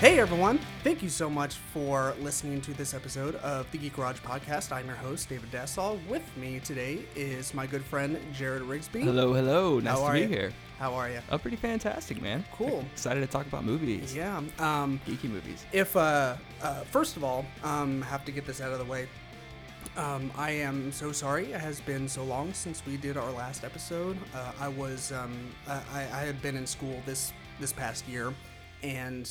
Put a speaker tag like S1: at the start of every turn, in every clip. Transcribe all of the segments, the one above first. S1: Hey everyone, thank you so much for listening to this episode of the Geek Garage Podcast. I'm your host, David Dassall. With me today is my good friend, Jared Rigsby.
S2: Hello, hello. Nice
S1: How
S2: to
S1: are
S2: be
S1: you?
S2: here.
S1: How are you?
S2: Oh, pretty fantastic, man.
S1: Cool.
S2: Excited to talk about movies.
S1: Yeah. Um,
S2: Geeky movies.
S1: if, uh, uh, first of all, um, have to get this out of the way. Um, I am so sorry. It has been so long since we did our last episode. Uh, I was, um, uh, I, I had been in school this, this past year and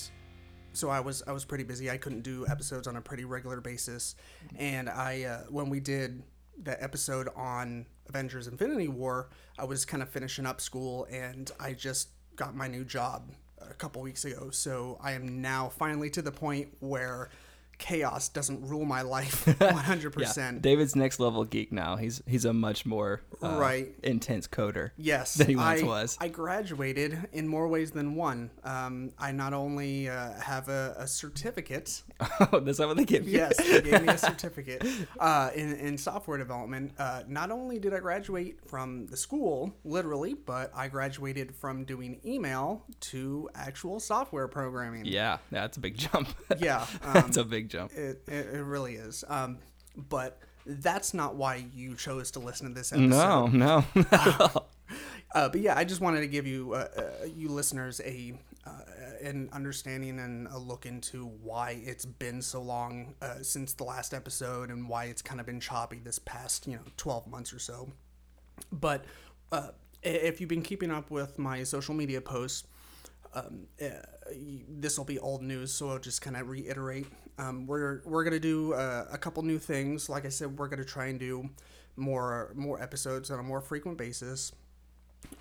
S1: so I was I was pretty busy. I couldn't do episodes on a pretty regular basis, and I uh, when we did the episode on Avengers: Infinity War, I was kind of finishing up school, and I just got my new job a couple weeks ago. So I am now finally to the point where chaos doesn't rule my life 100 percent.
S2: David's next level geek now. He's he's a much more uh,
S1: Right.
S2: intense coder.
S1: Yes,
S2: Than he once
S1: I,
S2: was.
S1: I graduated in more ways than one. Um, I not only uh, have a, a certificate
S2: Oh, that's not what they give you.
S1: Yes, they gave me a certificate uh, in, in software development. Uh, not only did I graduate from the school, literally, but I graduated from doing email to actual software programming.
S2: Yeah, that's a big jump.
S1: Yeah, um,
S2: that's a big jump.
S1: it, it, it really is. Um, but that's not why you chose to listen to this episode.
S2: No, no.
S1: Uh, but yeah, I just wanted to give you uh, uh, you listeners a uh, an understanding and a look into why it's been so long uh, since the last episode and why it's kind of been choppy this past you know twelve months or so. But uh, i- if you've been keeping up with my social media posts, um, uh, this will be old news, so I'll just kind of reiterate. Um, we're we're gonna do uh, a couple new things. Like I said, we're gonna try and do more more episodes on a more frequent basis.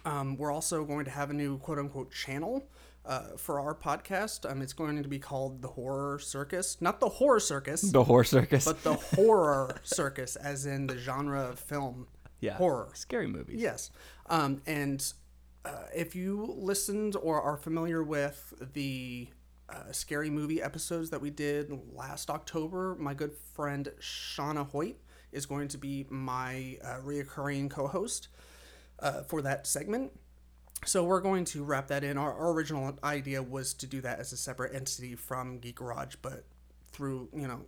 S1: Um, we're also going to have a new quote unquote channel uh, for our podcast. Um, it's going to be called the Horror Circus, not the Horror Circus,
S2: the horror circus.
S1: but the Horror Circus, as in the genre of film
S2: yeah.
S1: horror.
S2: Scary movies.
S1: Yes. Um, and uh, if you listened or are familiar with the uh, scary movie episodes that we did last October, my good friend Shauna Hoyt is going to be my uh, reoccurring co host uh, for that segment. So we're going to wrap that in. Our, our original idea was to do that as a separate entity from Geek Garage, but through you know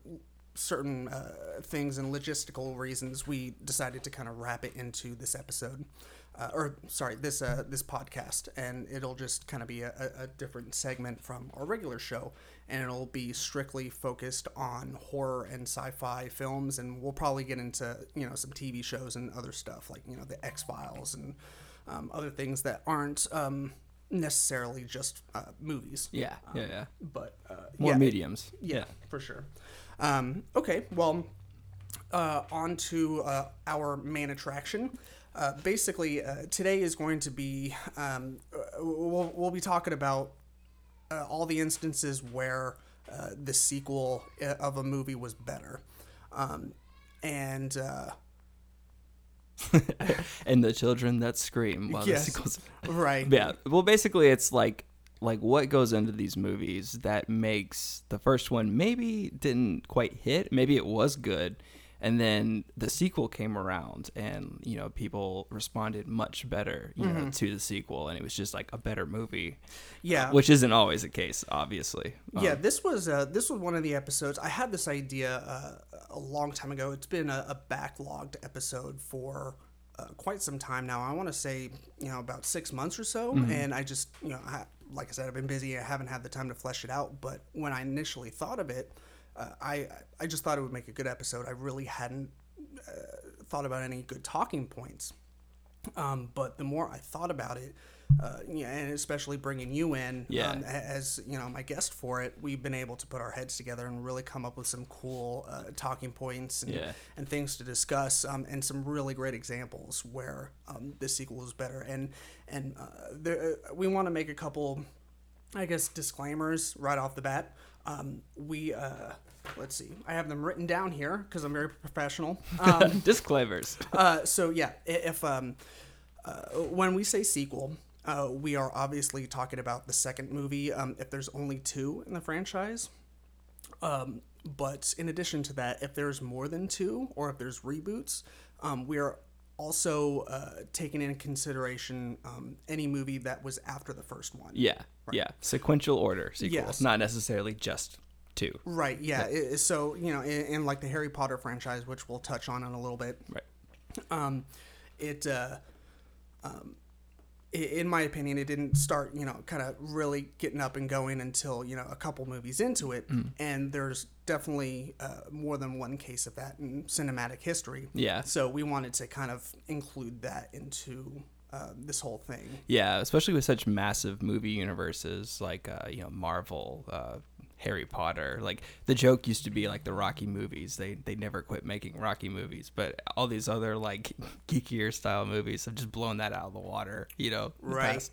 S1: certain uh, things and logistical reasons, we decided to kind of wrap it into this episode, uh, or sorry, this uh, this podcast, and it'll just kind of be a, a a different segment from our regular show, and it'll be strictly focused on horror and sci-fi films, and we'll probably get into you know some TV shows and other stuff like you know the X Files and um, other things that aren't um, necessarily just uh, movies.
S2: Yeah. Yeah. Yeah.
S1: But uh,
S2: More
S1: yeah,
S2: mediums.
S1: yeah, for sure. Um, okay, well, uh, on to uh, our main attraction. Uh, basically, uh, today is going to be um, uh, we'll, we'll be talking about uh, all the instances where uh, the sequel uh, of a movie was better, um, and uh,
S2: And the children that scream while
S1: Yes.
S2: Oh, the sequel's
S1: right,
S2: Yeah. Well, basically, it's like like what goes into these movies that makes the first one maybe didn't quite hit. Maybe it was good, and then the sequel came around, and you know people responded much better, you
S1: Mm-hmm.
S2: know, to the sequel, and it was just like a better movie,
S1: yeah,
S2: which isn't always the case, obviously. Uh,
S1: yeah this was uh, this was one of the episodes i had this idea uh, a long time ago it's been a, a backlogged episode for uh, quite some time now i want to say you know about six months or so and i just you know I, like i said i've been busy i haven't had the time to flesh it out but when i initially thought of it uh, i i just thought it would make a good episode i really hadn't uh, thought about any good talking points um, but the more I thought about it, uh, yeah, and especially bringing you in
S2: Yeah.
S1: um, a- as you know my guest for it, we've been able to put our heads together and really come up with some cool uh, talking points and,
S2: Yeah.
S1: and things to discuss, um, and some really great examples where um, the sequel is better. And and uh, there, uh, we want to make a couple, I guess, disclaimers right off the bat. Um, we uh, let's see, I have them written down here because I'm very professional. Um,
S2: Disclaimers.
S1: uh, so yeah, i- if um, uh, when we say sequel, uh, we are obviously talking about the second movie. Um, if there's only two in the franchise, um, but in addition to that, if there's more than two, or if there's reboots, um, we are also uh, taking into consideration um, any movie that was after the first one.
S2: Yeah. Yeah. Sequential order sequels,
S1: Yes.
S2: not necessarily just two.
S1: Right. Yeah. i- i- so you know, in, in like the Harry Potter franchise, which we'll touch on in a little bit,
S2: Right.
S1: um, it, uh, um, i- in my opinion, it didn't start you know kind of really getting up and going until you know a couple movies into it, and there's definitely uh, more than one case of that in cinematic history.
S2: Yeah.
S1: So we wanted to kind of include that into uh, this whole thing.
S2: Yeah, especially with such massive movie universes like uh, you know Marvel, uh, Harry Potter. Like the joke used to be like the Rocky movies. They they never quit making Rocky movies, but all these other like geekier style movies have just blown that out of the water. You know, in the
S1: Right.
S2: past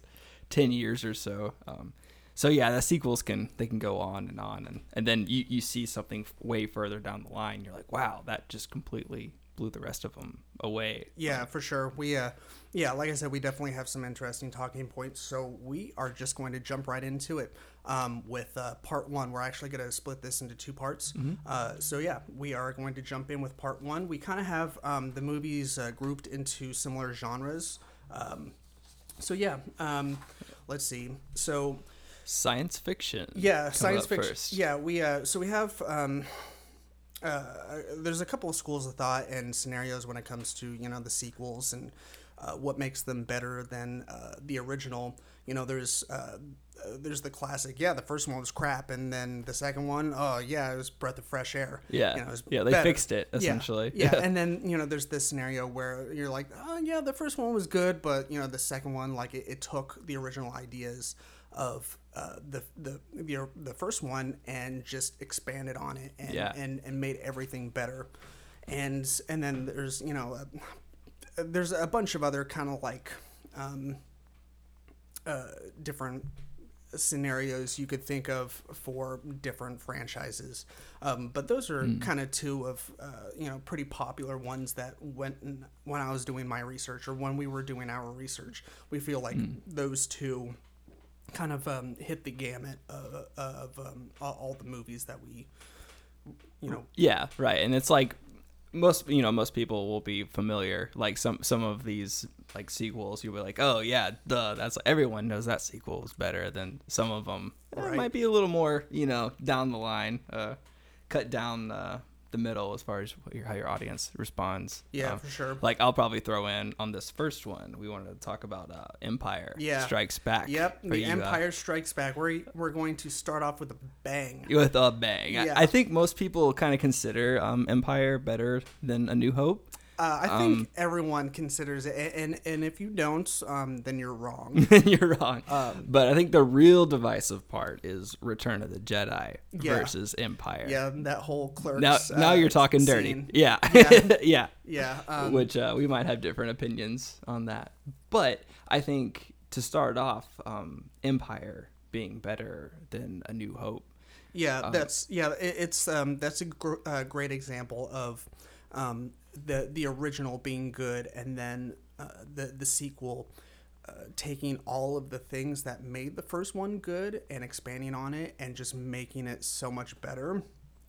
S2: ten years or so. Um, so yeah, the sequels can they can go on and on, and and then you you see something f- way further down the line. You're like, wow, that just completely blew the rest of them away.
S1: Yeah, for sure. We, uh, yeah, like I said, we definitely have some interesting talking points. So we are just going to jump right into it um, with uh, part one. We're actually going to split this into two parts. Uh, so yeah, we are going to jump in with part one. We kind of have um, the movies uh, grouped into similar genres. Um, so yeah, um, let's see. So
S2: Science fiction.
S1: yeah,
S2: comes
S1: science
S2: up
S1: fiction.
S2: first.
S1: Yeah, we uh, so we have um, uh, there's a couple of schools of thought and scenarios when it comes to you know the sequels and uh, what makes them better than uh, the original. You know, there's uh, uh, there's the classic. Yeah, the first one was crap, and then the second one, oh yeah, it was breath of fresh air.
S2: Yeah.
S1: You know, it was
S2: Yeah, they
S1: better.
S2: fixed it,
S1: Yeah,
S2: essentially.
S1: Yeah. and then you know there's this scenario where you're like, oh yeah, the first one was good, but you know the second one, like it, it took the original ideas of uh, the, the the the first one and just expanded on it and
S2: Yeah.
S1: and and made everything better, and and then there's you know a, there's a bunch of other kind of like um, uh, different scenarios you could think of for different franchises. Um, but those are
S2: Hmm.
S1: kind of two of uh, you know pretty popular ones that went in- when I was doing my research or when we were doing our research. We feel like
S2: Hmm.
S1: those two kind of um, hit the gamut of, of um, all- all the movies that we you know
S2: Yeah, right. And it's like most you know most people will be familiar like some some of these like sequels you'll be like oh yeah duh that's everyone knows that sequel is better than some of them
S1: Right.
S2: might be a little more you know down the line uh cut down uh, the middle as far as what your, how your audience responds
S1: yeah
S2: Um,
S1: for sure
S2: like I'll probably throw in on this first one we wanted to talk about uh Empire
S1: Yeah.
S2: Strikes Back
S1: Yep,
S2: for
S1: the
S2: you, uh,
S1: Empire Strikes Back. We're, we're going to start off with a bang.
S2: with a bang. I-
S1: Yeah.
S2: I, think most people kind of consider um, Empire better than A New Hope.
S1: Uh, I think
S2: Um,
S1: everyone considers it, a- and and if you don't, um, then you're wrong.
S2: You're wrong.
S1: Um,
S2: but I think the real divisive part is Return of the Jedi
S1: Yeah.
S2: versus Empire.
S1: yeah, that whole clerks.
S2: Now, now
S1: uh,
S2: you're talking dirty.
S1: scene.
S2: Yeah. Yeah.
S1: Yeah, um,
S2: Which uh, we might have different opinions on that. But I think to start off, um, Empire being better than A New Hope.
S1: yeah,
S2: Uh.
S1: that's yeah, it, it's um, that's a gr- uh, great example of um, the the original being good, and then uh, the the sequel. Uh, taking all of the things that made the first one good and expanding on it and just making it so much better.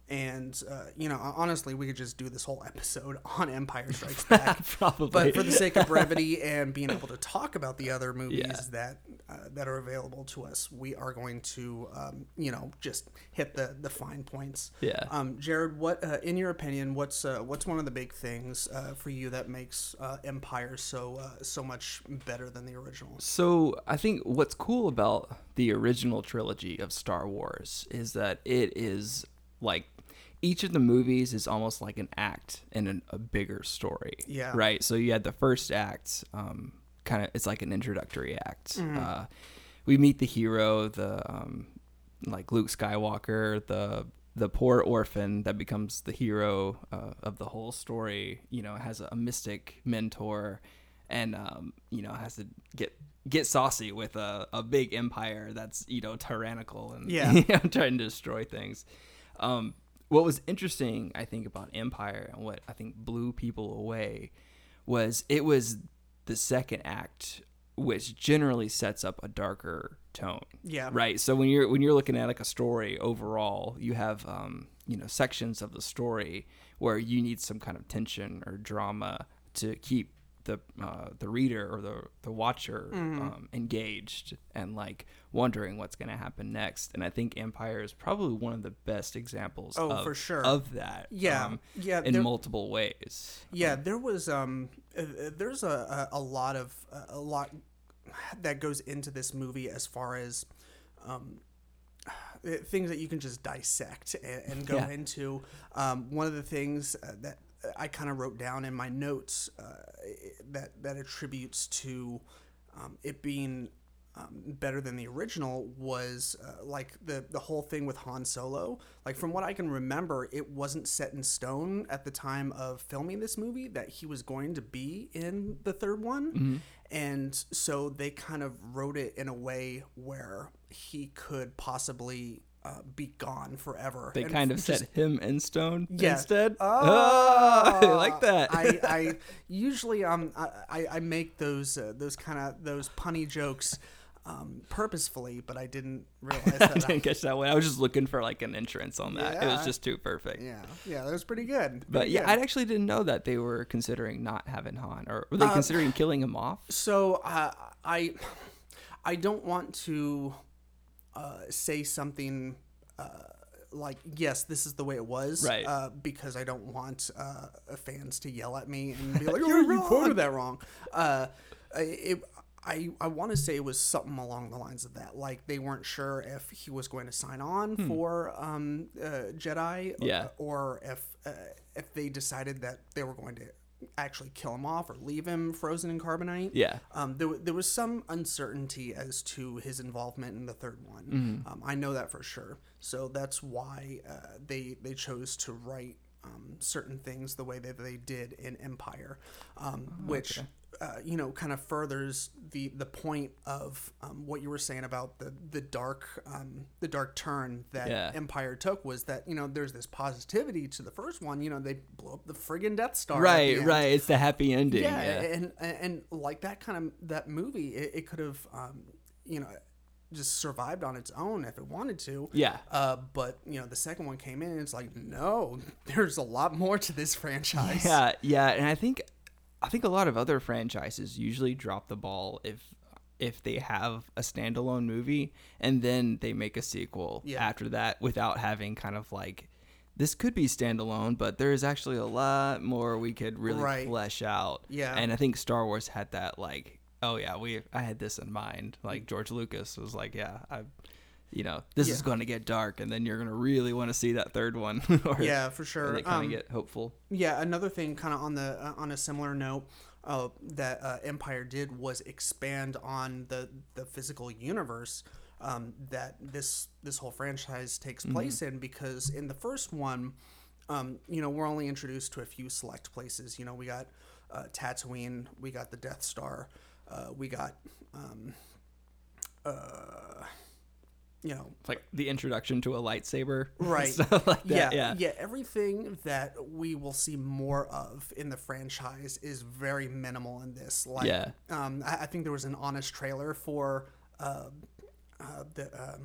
S1: And, uh, you know, honestly, we could just do this whole episode on Empire Strikes Back.
S2: Probably.
S1: but for the sake of brevity and being able to talk about the other movies
S2: Yeah.
S1: that uh, that are available to us, we are going to um, you know just hit the the fine points.
S2: Yeah.
S1: Um, Jared, what uh, in your opinion, what's uh, what's one of the big things uh, for you that makes uh, Empire so uh, so much better than the original?
S2: So I think what's cool about the original trilogy of Star Wars is that it is like each of the movies is almost like an act in an, a bigger story.
S1: Yeah.
S2: Right. So you had the first act, um, kind of it's like an introductory act.
S1: Mm-hmm.
S2: Uh, we meet the hero, the um, like Luke Skywalker, the the poor orphan that becomes the hero uh, of the whole story. You know, has a, mystic mentor, and um, you know has to get get saucy with a, a big empire that's you know tyrannical and
S1: Yeah.
S2: you know, trying to destroy things. Um, what was interesting, I think, about Empire and what I think blew people away was it was the second act, which generally sets up a darker tone.
S1: Yeah.
S2: Right. So when you're when you're looking at like a story overall, you have um, you know sections of the story where you need some kind of tension or drama to keep the uh, the reader or the the watcher
S1: Mm-hmm.
S2: um, engaged and like wondering what's going to happen next. And I think Empire is probably one of the best examples.
S1: Oh,
S2: of,
S1: for sure.
S2: of that.
S1: Yeah,
S2: um,
S1: yeah,
S2: in
S1: there-
S2: multiple ways.
S1: Yeah, there was um, uh, uh, there's a, a a lot of a lot that goes into this movie as far as um, uh, things that you can just dissect and, and go
S2: Yeah.
S1: into. Um, one of the things uh, that I kind of wrote down in my notes uh, that that attributes to um, it being um, better than the original was uh, like the the whole thing with Han Solo. Like from what I can remember, it wasn't set in stone at the time of filming this movie that he was going to be in the third one, and so they kind of wrote it in a way where he could possibly uh, be gone forever.
S2: They
S1: And
S2: kind of
S1: just-
S2: set him in stone
S1: Yeah.
S2: instead.
S1: Ah,
S2: I like that.
S1: I, I usually um I, I- I make those uh, those kind of those punny jokes um, purposefully, but I didn't realize
S2: I
S1: that. I,
S2: didn't catch that one. I was just looking for like an entrance on that. It
S1: Yeah.
S2: was just too perfect.
S1: yeah, yeah, that was pretty good.
S2: But
S1: pretty
S2: yeah,
S1: good.
S2: I actually didn't know that they were considering not having Han, or were they
S1: Uh,
S2: considering killing him off?
S1: so uh, I I don't want to uh, say something uh, like yes, this is the way it was,
S2: Right.
S1: Uh, because I don't want uh, fans to yell at me and be like, "Oh, you quoted that wrong." Uh, I- it, I I want to say it was something along the lines of that. Like they weren't sure if he was going to sign on for um, uh, Jedi,
S2: Hmm. Yeah.
S1: or if uh, if they decided that they were going to actually kill him off or leave him frozen in carbonite.
S2: Yeah.
S1: Um, there, wa- there was some uncertainty as to his involvement in the third one.
S2: Mm-hmm.
S1: Um, I know that for sure. So that's why uh, they they chose to write um, certain things the way that they did in Empire, um,
S2: Oh,
S1: which uh, you know kind of furthers the the point of um, what you were saying about the the dark um, the dark turn that
S2: Yeah.
S1: Empire took was that you know there's this positivity to the first one. You know they blow up the friggin' Death Star. at the
S2: Right,
S1: end.
S2: right. It's the happy ending.
S1: Yeah,
S2: Yeah.
S1: and and and like that kind of that movie, it, it could have, um, you know, just survived on its own if it wanted to.
S2: Yeah.
S1: Uh, but you know, the second one came in, and it's like, no, there's a lot more to this franchise.
S2: Yeah, yeah, and I think I think a lot of other franchises usually drop the ball if if they have a standalone movie and then they make a sequel
S1: Yeah.
S2: after that without having kind of like this could be standalone, but there is actually a lot more we could really
S1: Right.
S2: flesh out.
S1: Yeah.
S2: and I think Star Wars had that like, oh yeah, we I had this in mind.
S1: Mm.
S2: Like George Lucas was like, yeah, I. You know, this is going to get dark, and then you're going to really want to see that third one. or,
S1: Yeah, for
S2: or
S1: sure.
S2: they kind of
S1: Um,
S2: get hopeful.
S1: yeah, another thing, kind of on the uh, on a similar note, uh, that uh, Empire did was expand on the the physical universe um, that this this whole franchise takes place in because in the first one, um, you know, we're only introduced to a few select places. You know, we got uh, Tatooine, we got the Death Star, uh, we got. Um, uh, you know,
S2: It's like the introduction to a lightsaber,
S1: Right.
S2: Stuff like that.
S1: yeah,
S2: Yeah,
S1: yeah, Everything that we will see more of in the franchise is very minimal in this. Like,
S2: Yeah.
S1: um, I, I think there was an honest trailer for uh, uh, the um,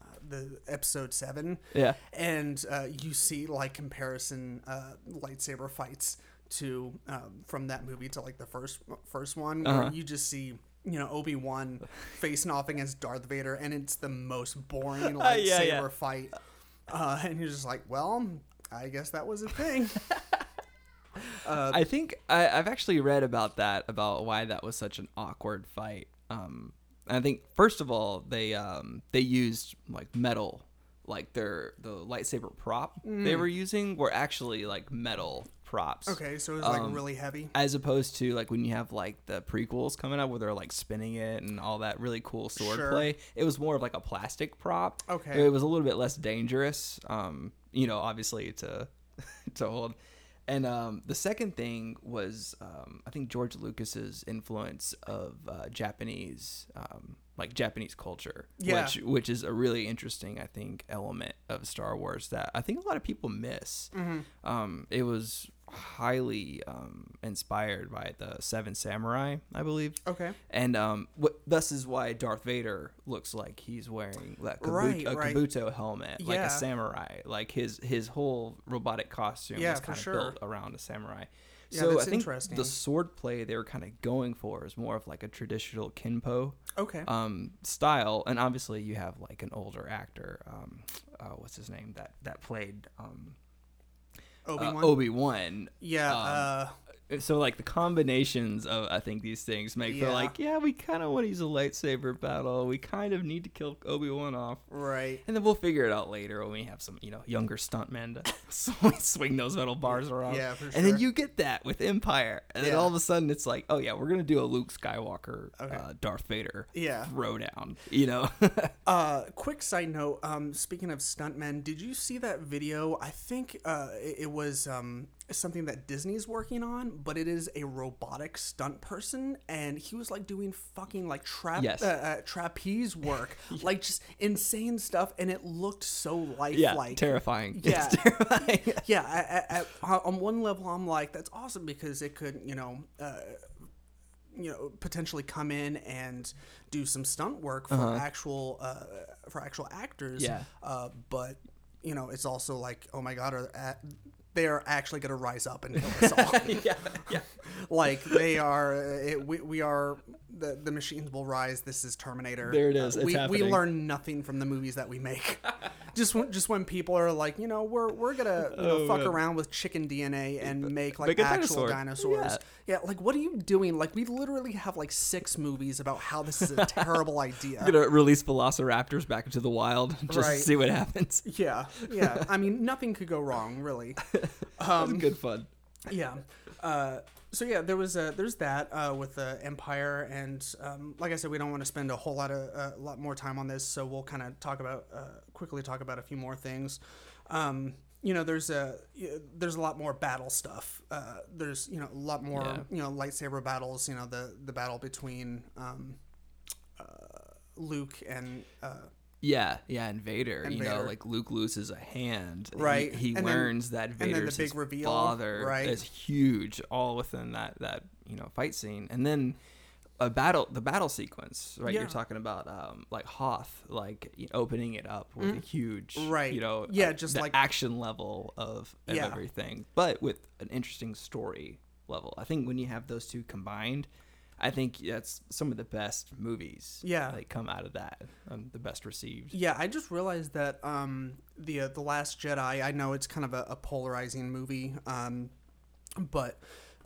S1: uh, the episode seven.
S2: Yeah.
S1: and uh, you see like comparison uh, lightsaber fights to um, from that movie to like the first first one
S2: Uh-huh.
S1: where you just see. You know Obi Wan facing off against Darth Vader, and it's the most boring lightsaber
S2: Uh, yeah, yeah.
S1: fight. Uh, and you're just like, well, I guess that was a thing.
S2: I think I, I've actually read about that about why that was such an awkward fight. Um, and I think first of all they um, they used like metal, like their the lightsaber prop they were using were actually like metal props.
S1: Mm. okay, so it was
S2: Um,
S1: like really heavy.
S2: As opposed to like when you have like the prequels coming out where they're like spinning it and all that really cool sword
S1: Sure.
S2: play, it was more of like a plastic prop.
S1: Okay.
S2: It was a little bit less dangerous. Um, you know, obviously to to hold. And um, the second thing was um, I think George Lucas's influence of uh, Japanese um, like Japanese culture,
S1: Yeah.
S2: which which is a really interesting I think element of Star Wars that I think a lot of people miss.
S1: Mm-hmm.
S2: Um, it was highly um, inspired by the Seven Samurai, I believe.
S1: Okay.
S2: And um, what, this is why Darth Vader looks like he's wearing that kabu-
S1: Right,
S2: a
S1: right.
S2: kabuto helmet, like
S1: Yeah.
S2: a samurai. Like his his whole robotic costume
S1: Yeah,
S2: is
S1: for
S2: kind of
S1: sure.
S2: built around a samurai.
S1: Yeah,
S2: so
S1: that's
S2: I think
S1: interesting.
S2: the sword play they were kind of going for is more of like a traditional kinpo
S1: Okay.
S2: um, style, and obviously you have like an older actor. Um, uh, what's his name that that played um,
S1: Obi Wan.
S2: Obi Wan?
S1: yeah. uh,
S2: Um, So like the combinations of I think these things make for
S1: Yeah.
S2: like yeah we kind of want to use a lightsaber battle. We kind of need to kill Obi Wan off.
S1: right.
S2: And then we'll figure it out later when we have some, you know, younger stuntmen to swing- swing those metal bars around.
S1: Yeah, for
S2: And then
S1: sure.
S2: you get that with Empire, and then
S1: Yeah.
S2: all of a sudden it's like, oh yeah, we're gonna do a Luke Skywalker, uh, Darth Vader
S1: Yeah.
S2: throwdown. You know,
S1: Uh, quick side note. Um, speaking of stuntmen, did you see that video? I think uh, it, it was um, something that Disney's working on, but it is a robotic stunt person, and he was like doing fucking like trap
S2: Yes.
S1: uh, uh, trapeze work, like just insane stuff, and it looked so lifelike.
S2: yeah, terrifying.
S1: Yeah.
S2: It's terrifying.
S1: yeah, I, I, I, on one level, I'm like, that's awesome because it could, you know, uh, you know, potentially come in and do some stunt work for actual uh, for actual actors.
S2: Yeah.
S1: Uh, but you know, it's also like, oh my god, are at, they are actually going to rise up and kill us all?
S2: yeah, yeah.
S1: like they are, uh, it, we, we are the the machines will rise. This is Terminator.
S2: There it is. It's
S1: we
S2: happening.
S1: we learn nothing from the movies that we make. just when just when people are like, you know, we're we're gonna you know,
S2: Oh,
S1: fuck
S2: man.
S1: around with chicken DNA and make like
S2: make a
S1: actual
S2: dinosaur.
S1: dinosaurs.
S2: Yeah.
S1: Yeah. like what are you doing? Like we literally have like six movies about how this is a terrible idea.
S2: Gonna release Velociraptors back into the wild, and just
S1: Right.
S2: see what happens.
S1: Yeah, yeah. I mean, nothing could go wrong, really.
S2: It's good fun.
S1: yeah. Uh, so yeah, there was uh, there's that uh, with the Empire, and um, like I said, we don't want to spend a whole lot of a lot more time on this, so we'll kind of talk about uh, quickly talk about a few more things. Um, you know, there's a y- there's a lot more battle stuff. Uh, there's you know a lot more
S2: Yeah.
S1: you know lightsaber battles. You know the the battle between um, uh, Luke and uh,
S2: Yeah, yeah, and Vader. you know,
S1: Vader.
S2: like Luke loses a hand. and he-
S1: Right,
S2: He,
S1: and then-
S2: learns that
S1: then the
S2: Vader's
S1: big
S2: his
S1: reveal,
S2: father.
S1: right.
S2: Is huge, all within that that you know fight scene, and then a battle, the battle sequence. Right,
S1: Yeah.
S2: you're talking about um like Hoth, like y- opening it up with a huge,
S1: Mm-hmm. Right.
S2: You know,
S1: Yeah,
S2: uh,
S1: just
S2: the
S1: like-
S2: action level of, of
S1: Yeah.
S2: everything, but with an interesting story level. I think when you have those two combined. I think that's some of the best movies.
S1: Yeah.
S2: that come out of that, um, the best received.
S1: Yeah, I just realized that um, the uh, the Last Jedi. I know it's kind of a, a polarizing movie, um, but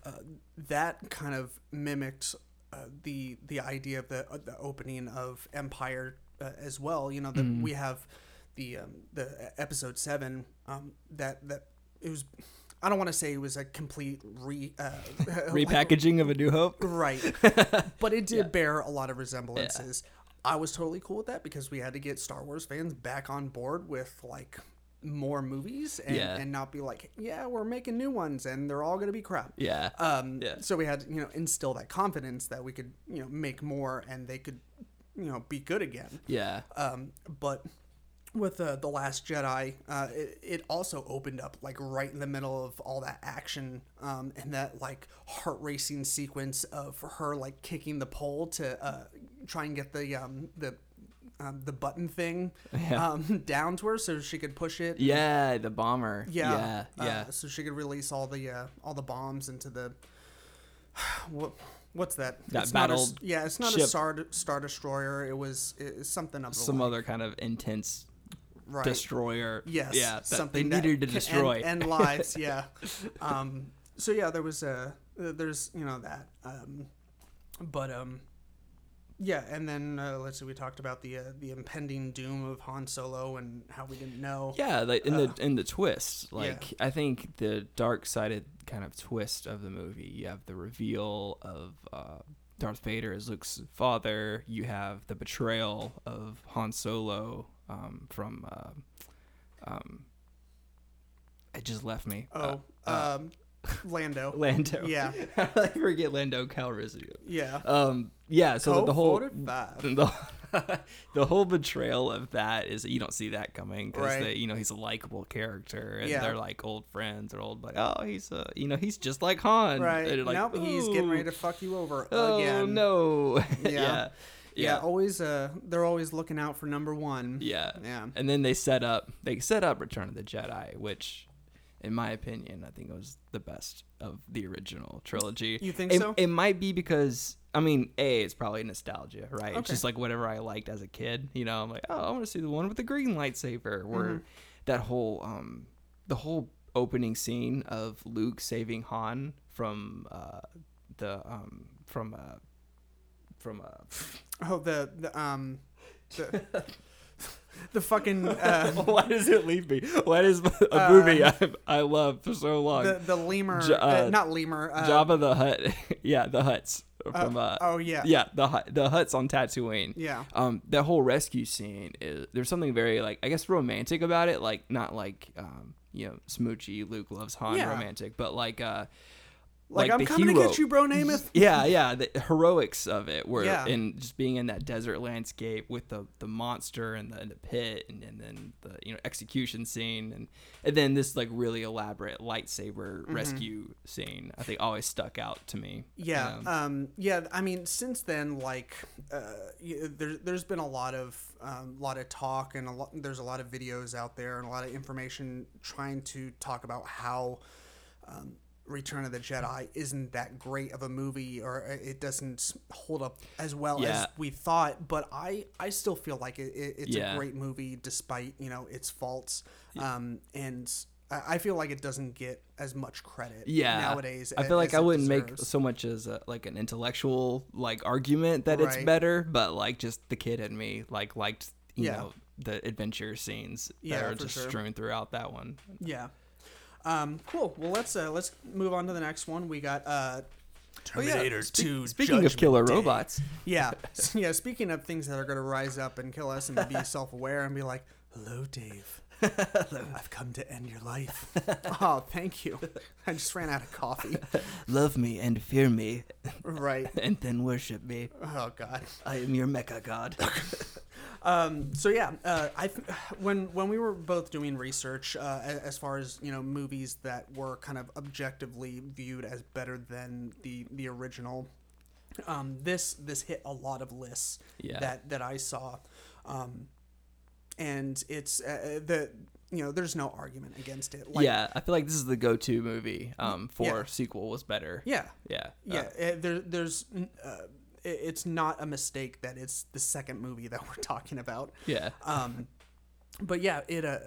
S1: uh, that kind of mimicked uh, the the idea of the uh, the opening of Empire uh, as well. You know, the, we have the um, the episode seven um, that that it was. I don't want to say it was a complete re uh,
S2: repackaging of A New Hope.
S1: Right. but it did bear a lot of resemblances. I was totally cool with that because we had to get Star Wars fans back on board with like more movies and,
S2: Yeah.
S1: and not be like, yeah, we're making new ones and they're all going to be crap.
S2: Yeah.
S1: Um,
S2: Yeah.
S1: So we had to, you know, instill that confidence that we could, you know, make more and they could, you know, be good again.
S2: yeah.
S1: Um, but with uh, the Last Jedi, uh, it, it also opened up like right in the middle of all that action um, and that like heart racing sequence of her like kicking the pole to uh, try and get the um, the um, the button thing um, down to her so she could push it.
S2: Yeah, the bomber.
S1: Yeah,
S2: Yeah.
S1: uh,
S2: Yeah.
S1: so she could release all the uh, all the bombs into the what, what's that?
S2: That
S1: not a
S2: battle
S1: s- yeah, it's not a
S2: ship.
S1: star star destroyer. It was it's something of the
S2: Some
S1: like,
S2: other kind of intense
S1: right.
S2: destroyer.
S1: Yes.
S2: Yeah. that
S1: something
S2: they
S1: that
S2: needed to
S1: can end-
S2: destroy.
S1: end, lives. Yeah. um, so yeah, there was a there's you know that, um, but um, yeah, and then uh, let's see, we talked about the uh, the impending doom of Han Solo and how we didn't know.
S2: yeah, like in the in the twist, like I think the dark sided kind of twist of the movie. You have the reveal of uh, Darth Vader as Luke's father. You have the betrayal of Han Solo um, from. Uh, um, it just left me. Uh,
S1: Oh, um, Lando.
S2: Lando.
S1: Yeah.
S2: I forget Lando Calrissian.
S1: Yeah.
S2: Um, yeah. So the whole
S1: Code 45.
S2: the, the whole betrayal of that is you don't see that coming because
S1: Right.
S2: you know he's a likable character and
S1: Yeah.
S2: they're like old friends and old like oh he's uh, you know he's just like Han
S1: Right.
S2: and you're like,
S1: nope. He's getting ready to
S2: "Ooh,
S1: fuck you over
S2: oh
S1: again.
S2: no yeah.
S1: Yeah.
S2: yeah
S1: Yeah. Always. Uh, they're always looking out for number one.
S2: Yeah.
S1: Mm-hmm. Yeah.
S2: And then they set up they set up Return of the Jedi, which in my opinion, I think it was the best of the original trilogy.
S1: You think
S2: It-
S1: so?
S2: It might be because I mean, a it's probably nostalgia, right? It's
S1: Okay.
S2: just like whatever I liked as a kid. You know, I'm like, oh, I want to see the one with the green lightsaber, where
S1: Mm-hmm.
S2: that whole um, the whole opening scene of Luke saving Han from uh, the um, from uh, from uh,
S1: Oh, the the um, the, the fucking uh,
S2: why does it leave me? Why does a movie I, I love for so long?
S1: the the lemur,
S2: J-
S1: uh,
S2: uh,
S1: not lemur. Uh,
S2: Jabba the Hut. yeah, the Huts from uh,
S1: oh yeah,
S2: yeah, the Hut- the Huts on Tatooine.
S1: Yeah.
S2: Um, that whole rescue scene is there's something very like I guess romantic about it. Like not like um you know smoochy Luke loves Han
S1: Yeah.
S2: romantic, but like uh
S1: Like, I'm
S2: the
S1: coming to
S2: hero-
S1: get you, bro, Namath.
S2: yeah, yeah, the heroics of it were
S1: Yeah.
S2: and just being in that desert landscape with the the monster and the, and the pit and, and then the you know execution scene and and then this like really elaborate lightsaber rescue scene. I think always stuck out to me.
S1: Mm-hmm. Yeah,
S2: Um,
S1: um, yeah. I mean, since then, like, uh, y- there, there's been a lot of um, lot of talk, and a lot, there's a lot of videos out there, and a lot of information trying to talk about how um, Return of the Jedi isn't that great of a movie, or uh, it doesn't hold up as well as
S2: Yeah.
S1: we thought. But I, I still feel like it, it, it's a
S2: Yeah.
S1: great movie despite you know its faults, um, and. I I feel like it doesn't get as much credit
S2: yeah
S1: nowadays.
S2: i feel
S1: a-
S2: like
S1: as
S2: i
S1: it
S2: wouldn't make
S1: deserves.
S2: so much as a, like an intellectual like argument that it's
S1: Right.
S2: better but like just the kid in me like liked you
S1: Yeah.
S2: know the adventure scenes
S1: Yeah,
S2: that are
S1: for
S2: just
S1: sure.
S2: strewn throughout that one
S1: Yeah. Um, cool. Well, let's uh, let's move on to the next one. We got uh, Terminator
S2: Spe-
S1: 2.
S2: speaking of
S1: Judgment
S2: killer
S1: Day.
S2: robots
S1: Yeah. S- yeah. Speaking of things that are going to rise up and kill us and be self-aware and be like, "Hello, Dave. I've come to end your life." oh, thank you. I just ran out of coffee.
S2: love me and fear me
S1: Right.
S2: and then worship me
S1: Oh God.
S2: i am your mecha god
S1: Um, so yeah, uh, I th- when when we were both doing research uh, a- as far as you know movies that were kind of objectively viewed as better than the the original, um, this this hit a lot of lists
S2: Yeah.
S1: that that I saw, um, and it's uh, the you know there's no argument against it. Like,
S2: yeah i feel like this is the go-to movie um for
S1: Yeah.
S2: sequel was better
S1: yeah,
S2: yeah
S1: yeah.
S2: Uh,
S1: uh, there there's uh, it- it's not a mistake that it's the second movie that we're talking about.
S2: yeah
S1: um, but yeah, it uh,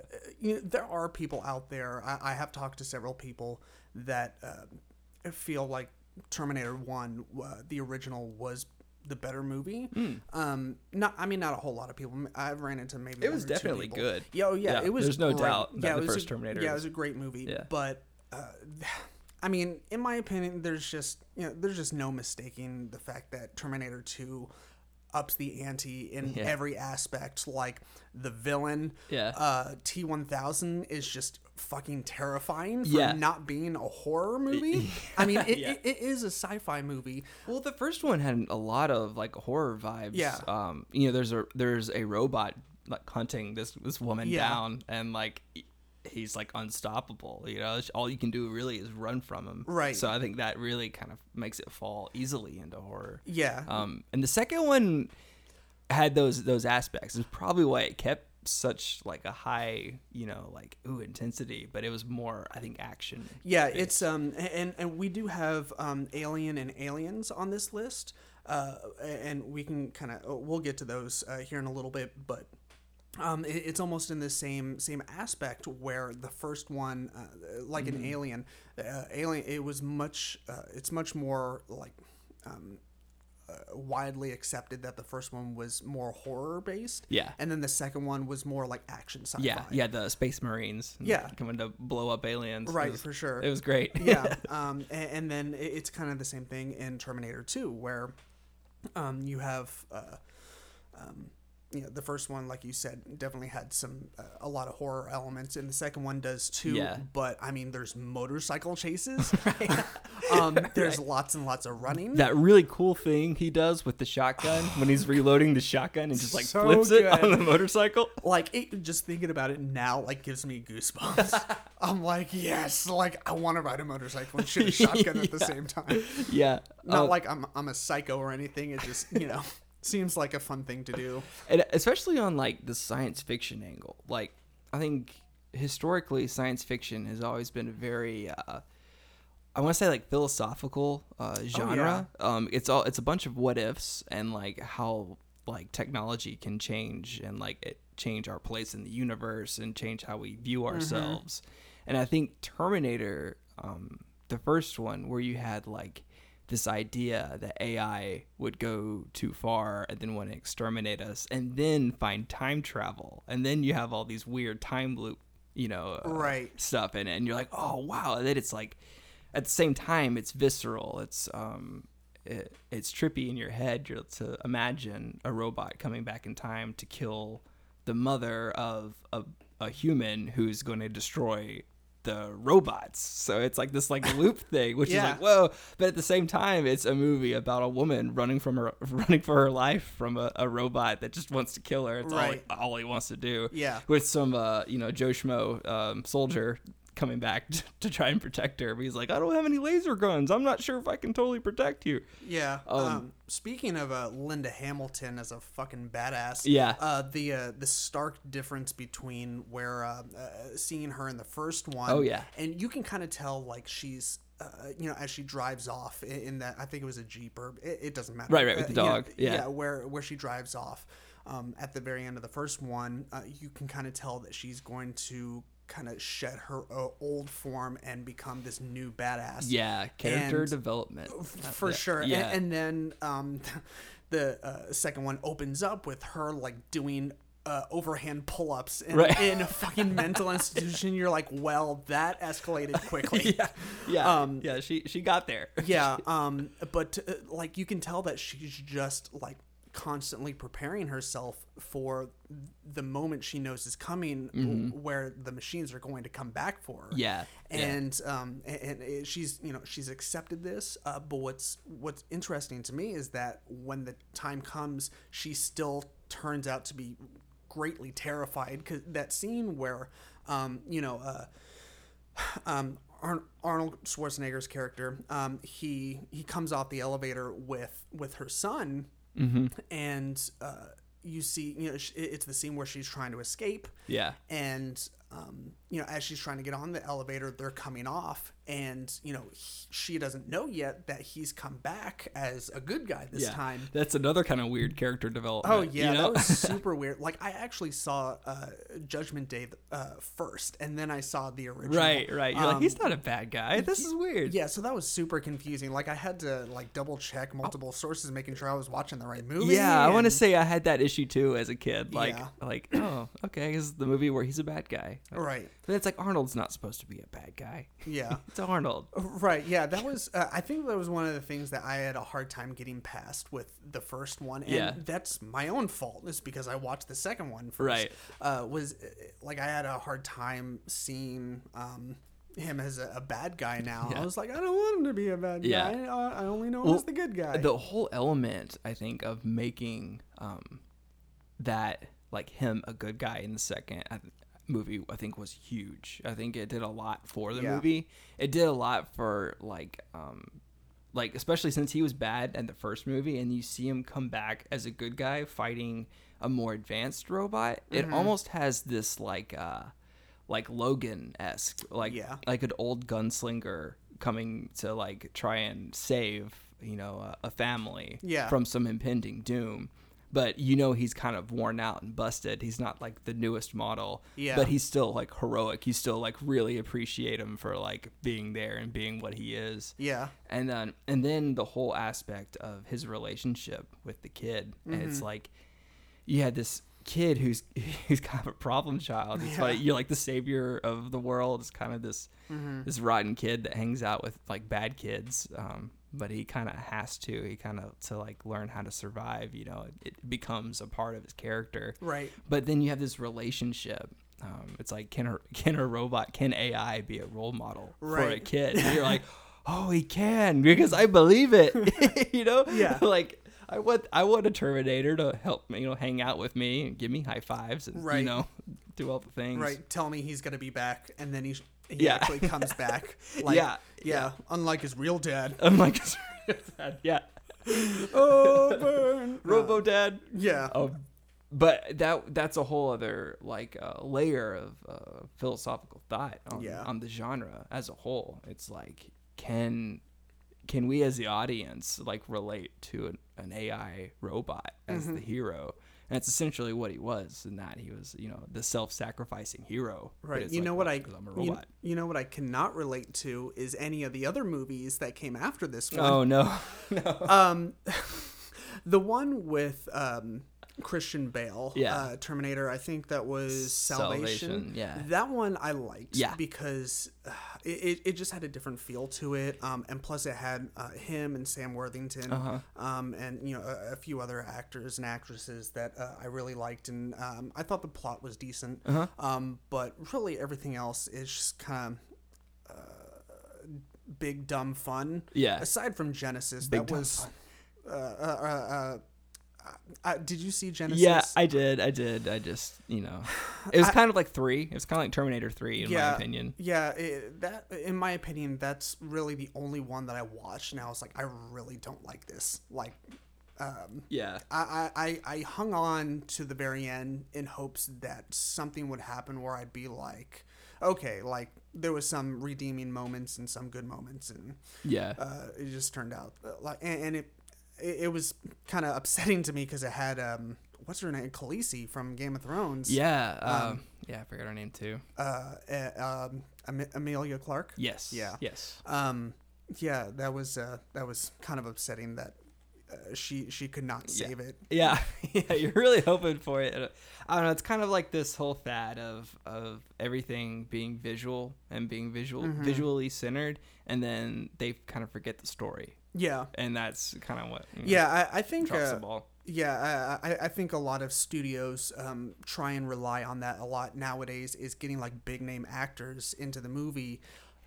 S1: you know, there are people out there. I, I have talked to several people that uh, feel like Terminator One, uh, the original, was the better movie.
S2: Hmm.
S1: Um, not, I mean, not a whole lot of people. I've ran into maybe
S2: It
S1: one
S2: was
S1: or two
S2: definitely
S1: people.
S2: good.
S1: Yeah, oh, yeah,
S2: Yeah,
S1: it was.
S2: there's no
S1: great.
S2: doubt that
S1: it
S2: the
S1: was
S2: first
S1: a-
S2: Terminator
S1: Yeah, it
S2: is-
S1: was a great movie.
S2: Yeah.
S1: but. Uh, I mean, in my opinion, there's just you know, there's just no mistaking the fact that Terminator Two ups the ante in
S2: Yeah.
S1: every aspect. Like the villain,
S2: Yeah.
S1: uh, T one thousand is just fucking terrifying for
S2: Yeah.
S1: not being a horror movie. I mean, it,
S2: Yeah.
S1: it, it is a sci-fi movie.
S2: Well, the first one had a lot of like horror vibes.
S1: Yeah.
S2: Um, you know, there's a there's a robot like hunting this this woman
S1: Yeah.
S2: down, and like he- he's like unstoppable. You know, It's- all you can do really is run from him.
S1: Right.
S2: So I think that really kind of makes it fall easily into horror.
S1: Yeah,
S2: Um, and the second one had those those aspects. It's probably why it kept such like a high, you know, like ooh intensity, but it was more I think action.
S1: Yeah, it's um and and we do have um Alien and Aliens on this list. Uh and we can kind of we'll get to those uh, here in a little bit, but um it, it's almost in the same same aspect where the first one uh, like an
S2: Mm-hmm.
S1: alien uh, alien it was much uh, it's much more like um, uh, widely accepted that the first one was more horror based
S2: Yeah.
S1: and then the second one was more like action sci-fi
S2: Yeah, yeah, the space marines. and
S1: Yeah.
S2: coming to blow up aliens. It
S1: Right,
S2: was-
S1: for sure.
S2: It was great.
S1: yeah. Um, a- and, then i- it's kind of the same thing in Terminator 2, where um, you have, uh, um, you know, the first one, like you said, definitely had some, uh, a lot of horror elements, and the second one does too.
S2: Yeah.
S1: But I mean, there's motorcycle chases, um, there's lots and lots of running.
S2: that really cool thing he does with the shotgun when he's reloading the shotgun and just like
S1: So
S2: flips it on
S1: good.
S2: the motorcycle.
S1: like it, just thinking about it now, like gives me goosebumps. I'm like, yes, like I want to ride a motorcycle and shoot a shotgun at the same time.
S2: Yeah.
S1: not
S2: Um,
S1: like I'm I'm a psycho or anything. It just you know seems like a fun thing to do.
S2: and especially on like the science fiction angle. Like I think historically science fiction has always been a very uh, I want to say like philosophical uh, genre. Um, it's all it's a bunch of what ifs and like how like technology can change and like it change our place in the universe and change how we view ourselves. And I think Terminator, um, the first one, where you had like this idea that AI would go too far and then want to exterminate us, and then find time travel, and then you have all these weird time loop, you know, uh,
S1: Right.
S2: stuff in it, and you're like, oh wow, and then it's like, at the same time, it's visceral, it's um, it, it's trippy in your head you're, to imagine a robot coming back in time to kill the mother of a, a human who's going to destroy the robots. So it's like this like loop thing, which
S1: Yeah.
S2: is like whoa, but at the same time, it's a movie about a woman running from her running for her life from a, a robot that just wants to kill her. It's all he-
S1: Right.
S2: all, he wants to do.
S1: Yeah.
S2: with some uh, you know Joe Schmo um, soldier coming back to, to try and protect her. But he's like, I don't have any laser guns. I'm not sure if I can totally protect you.
S1: Yeah. Um, speaking of uh, Linda Hamilton as a fucking badass.
S2: Yeah.
S1: Uh, the uh, the stark difference between where uh, uh, seeing her in the first one.
S2: Oh, yeah.
S1: And you can kind of tell like she's. Uh, you know, as she drives off i- in that, I think it was a jeep or it, it doesn't matter.
S2: Right, right, with the
S1: Uh, you know,
S2: dog, yeah.
S1: where where she drives off um, at the very end of the first one, uh, you can kind of tell that she's going to kind of shed her uh, old form and become this new badass
S2: Yeah, character
S1: And-
S2: development
S1: for sure. A-
S2: yeah.
S1: And, then um, the uh, second one opens up with her like doing uh, overhand pull-ups in,
S2: Right.
S1: in a fucking mental institution. You're like, well, that escalated quickly.
S2: yeah, yeah, um, yeah. She she got there.
S1: yeah. Um, but uh, like you can tell that she's just like constantly preparing herself for the moment she knows is coming, where the machines are going to come back for her
S2: Mm-hmm. Yeah, yeah.
S1: and um and, and it- she's you know she's accepted this uh, but what's what's interesting to me is that when the time comes she still turns out to be greatly terrified because that scene where um you know uh um Arn- Arnold Schwarzenegger's character, um, he he comes off the elevator with with her son,
S2: Mm-hmm.
S1: and uh, you see, you know, sh- it- it's the scene where she's trying to escape,
S2: Yeah.
S1: and um, you know as she's trying to get on the elevator they're coming off and you know he, she doesn't know yet that he's come back as a good guy this
S2: Yeah.
S1: time
S2: That's another kind of weird character development.
S1: oh yeah
S2: you know?
S1: that was super weird like i actually saw uh, judgment day uh, first and then i saw the original
S2: right, right. You're like,
S1: Um,
S2: he's not a bad guy. This is weird.
S1: yeah so that was super confusing like i had to like double check multiple sources making sure i was watching the right movie
S2: Oh. Yeah, I want to
S1: and-
S2: say I had that issue too as a kid. Like,
S1: Yeah.
S2: like, oh, okay, this is the movie where he's a bad guy. Like,
S1: right
S2: But it's like Arnold's not supposed to be a bad guy.
S1: yeah Oh,
S2: It's Arnold.
S1: Right. Yeah. That was. Uh, I think that was one of the things that I had a hard time getting past with the first one, and
S2: Yeah.
S1: that's my own fault. It's because I watched the second one first.
S2: Right.
S1: Uh, was uh, like I had a hard time seeing um, him as a, a bad guy. Now I was like, I don't want him to be a bad
S2: Yeah.
S1: guy. I, I only know him as the good guy.
S2: The whole element, I think, of making um, that like him a good guy in the second I th- movie, I think was huge. I think it did a lot for the
S1: Yeah.
S2: movie. It did a lot for like, um, like especially since he was bad in the first movie, and you see him come back as a good guy fighting a more advanced robot.
S1: Mm-hmm.
S2: It almost has this like, uh, like Logan esque, like
S1: Yeah.
S2: like an old gunslinger coming to like try and save you know a, a family
S1: Yeah.
S2: from some impending doom but you know he's kind of worn out and busted he's not like the newest model
S1: Yeah.
S2: but he's still like heroic you still like really appreciate him for like being there and being what he is
S1: yeah.
S2: and then and then the whole aspect of his relationship with the kid and it's like you had this kid who's who's kind of a problem child it's like you're like the savior of the world it's kind of this this rotten kid that hangs out with like bad kids um but he kind of has to he kind of to like learn how to survive you know it, it becomes a part of his character
S1: Right.
S2: but then you have this relationship. Um, it's like can a, can a robot can AI be a role model for a
S1: Right.
S2: kid? And you're like, oh, he can because I believe it. you know,
S1: Yeah.
S2: Like I want I want a Terminator to help me, you know, hang out with me and give me high fives and you
S1: Right.
S2: know, do all the things.
S1: Right. Tell me he's gonna be back, and then he he
S2: Yeah.
S1: actually comes back. Like,
S2: Yeah. Oh,
S1: Yeah. Unlike his real dad.
S2: I'm like, yeah,
S1: oh, burn. Uh,
S2: Robo Dad.
S1: Yeah.
S2: Oh, but that that's a whole other like uh, layer of uh, philosophical thought on,
S1: Yeah.
S2: on the genre as a whole. It's like can can we as the audience like relate to an, an AI robot as
S1: Mm-hmm.
S2: the hero? And that's essentially what he was, and that he was you know the self-sacrificing hero. But
S1: Right.
S2: it's
S1: You
S2: like,
S1: know what
S2: well,
S1: I
S2: 'cause I'm a
S1: you-
S2: robot.
S1: You, know what I cannot relate to is any of the other movies that came after this one.
S2: Oh no, no.
S1: Um the one with um Christian Bale,
S2: Yeah.
S1: uh, Terminator. I think that was Salvation.
S2: Salvation, yeah.
S1: that one I liked,
S2: Yeah.
S1: because uh, it, it- it just had a different feel to it, um, and plus it had uh, him and Sam Worthington,
S2: Uh-huh.
S1: um, and you know a, a few other actors and actresses that uh, I really liked, and um, I thought the plot was decent,
S2: Uh-huh.
S1: um, but really everything else is just kind of big dumb fun.
S2: Yeah.
S1: Aside from Genesis, that
S2: dumb
S1: was. Uh, uh, uh, uh, uh, did you see Genesis?
S2: Yeah, I did. I did. I just, you know, it was kind of like three. It was kind of like Terminator three, in my opinion.
S1: Yeah, it, that in my opinion, that's really the only one that I watched, and I was like, I really don't like this. Like, um,
S2: Yeah.
S1: I, I, I I hung on to the very end in hopes that something would happen where I'd be like, okay, like there was some redeeming moments and some good moments, and
S2: Yeah.
S1: uh, it just turned out uh, like and, and it, it it was kind of upsetting to me because it had um what's her name Khaleesi from Game of Thrones
S2: yeah. Um, yeah. I forgot her name too.
S1: uh, uh um Am- Amelia Clark
S2: Yes.
S1: yeah.
S2: Yes.
S1: um yeah that was uh that was kind of upsetting that uh, she she could not save it
S2: Yeah. yeah. You're really hoping for it. uh, I don't know. It's kind of like this whole fad of of everything being visual and being visual
S1: Mm-hmm.
S2: visually centered, and then they kind of forget the story,
S1: yeah
S2: and that's kind of what you know,
S1: yeah I, I think
S2: drops
S1: uh,
S2: the ball.
S1: Yeah, I, I- I think a lot of studios um, try and rely on that a lot nowadays. Is getting like big name actors into the movie,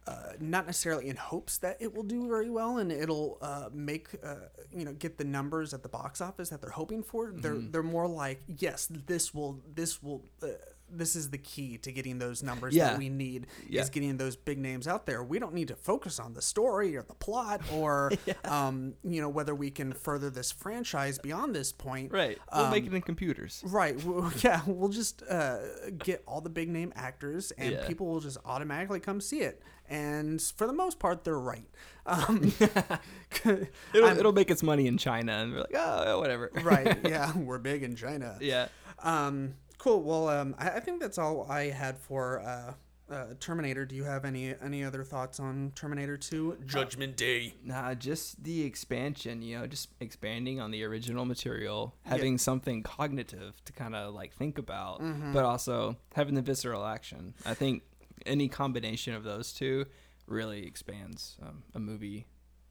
S1: uh, not necessarily in hopes that it will do very well and it'll uh, make uh, you know get the numbers at the box office that they're hoping for. They're they're more like yes, this will this will. Uh, this is the key to getting those numbers
S2: Yeah.
S1: that we need
S2: Yeah.
S1: is getting those big names out there. We don't need to focus on the story or the plot or um, you know whether we can further this franchise beyond this point. Um,
S2: Right. We'll make it in computers.
S1: Right. w- yeah, we'll just uh, get all the big name actors, and
S2: Yeah.
S1: people will just automatically come see it. And for the most part, they're right. Um,
S2: It'll, it'll make its money in China, and we're like, oh, whatever.
S1: right. Yeah, we're big in China.
S2: yeah.
S1: Um, cool. Well, um, I, I think that's all I had for uh, uh, Terminator. Do you have any any other thoughts on Terminator Two? Judgment Day.
S2: Nah, just the expansion, you know, just expanding on the original material, having something cognitive to kind of like think about,
S1: Mm-hmm.
S2: but also having the visceral action. I think any combination of those two really expands um, a movie.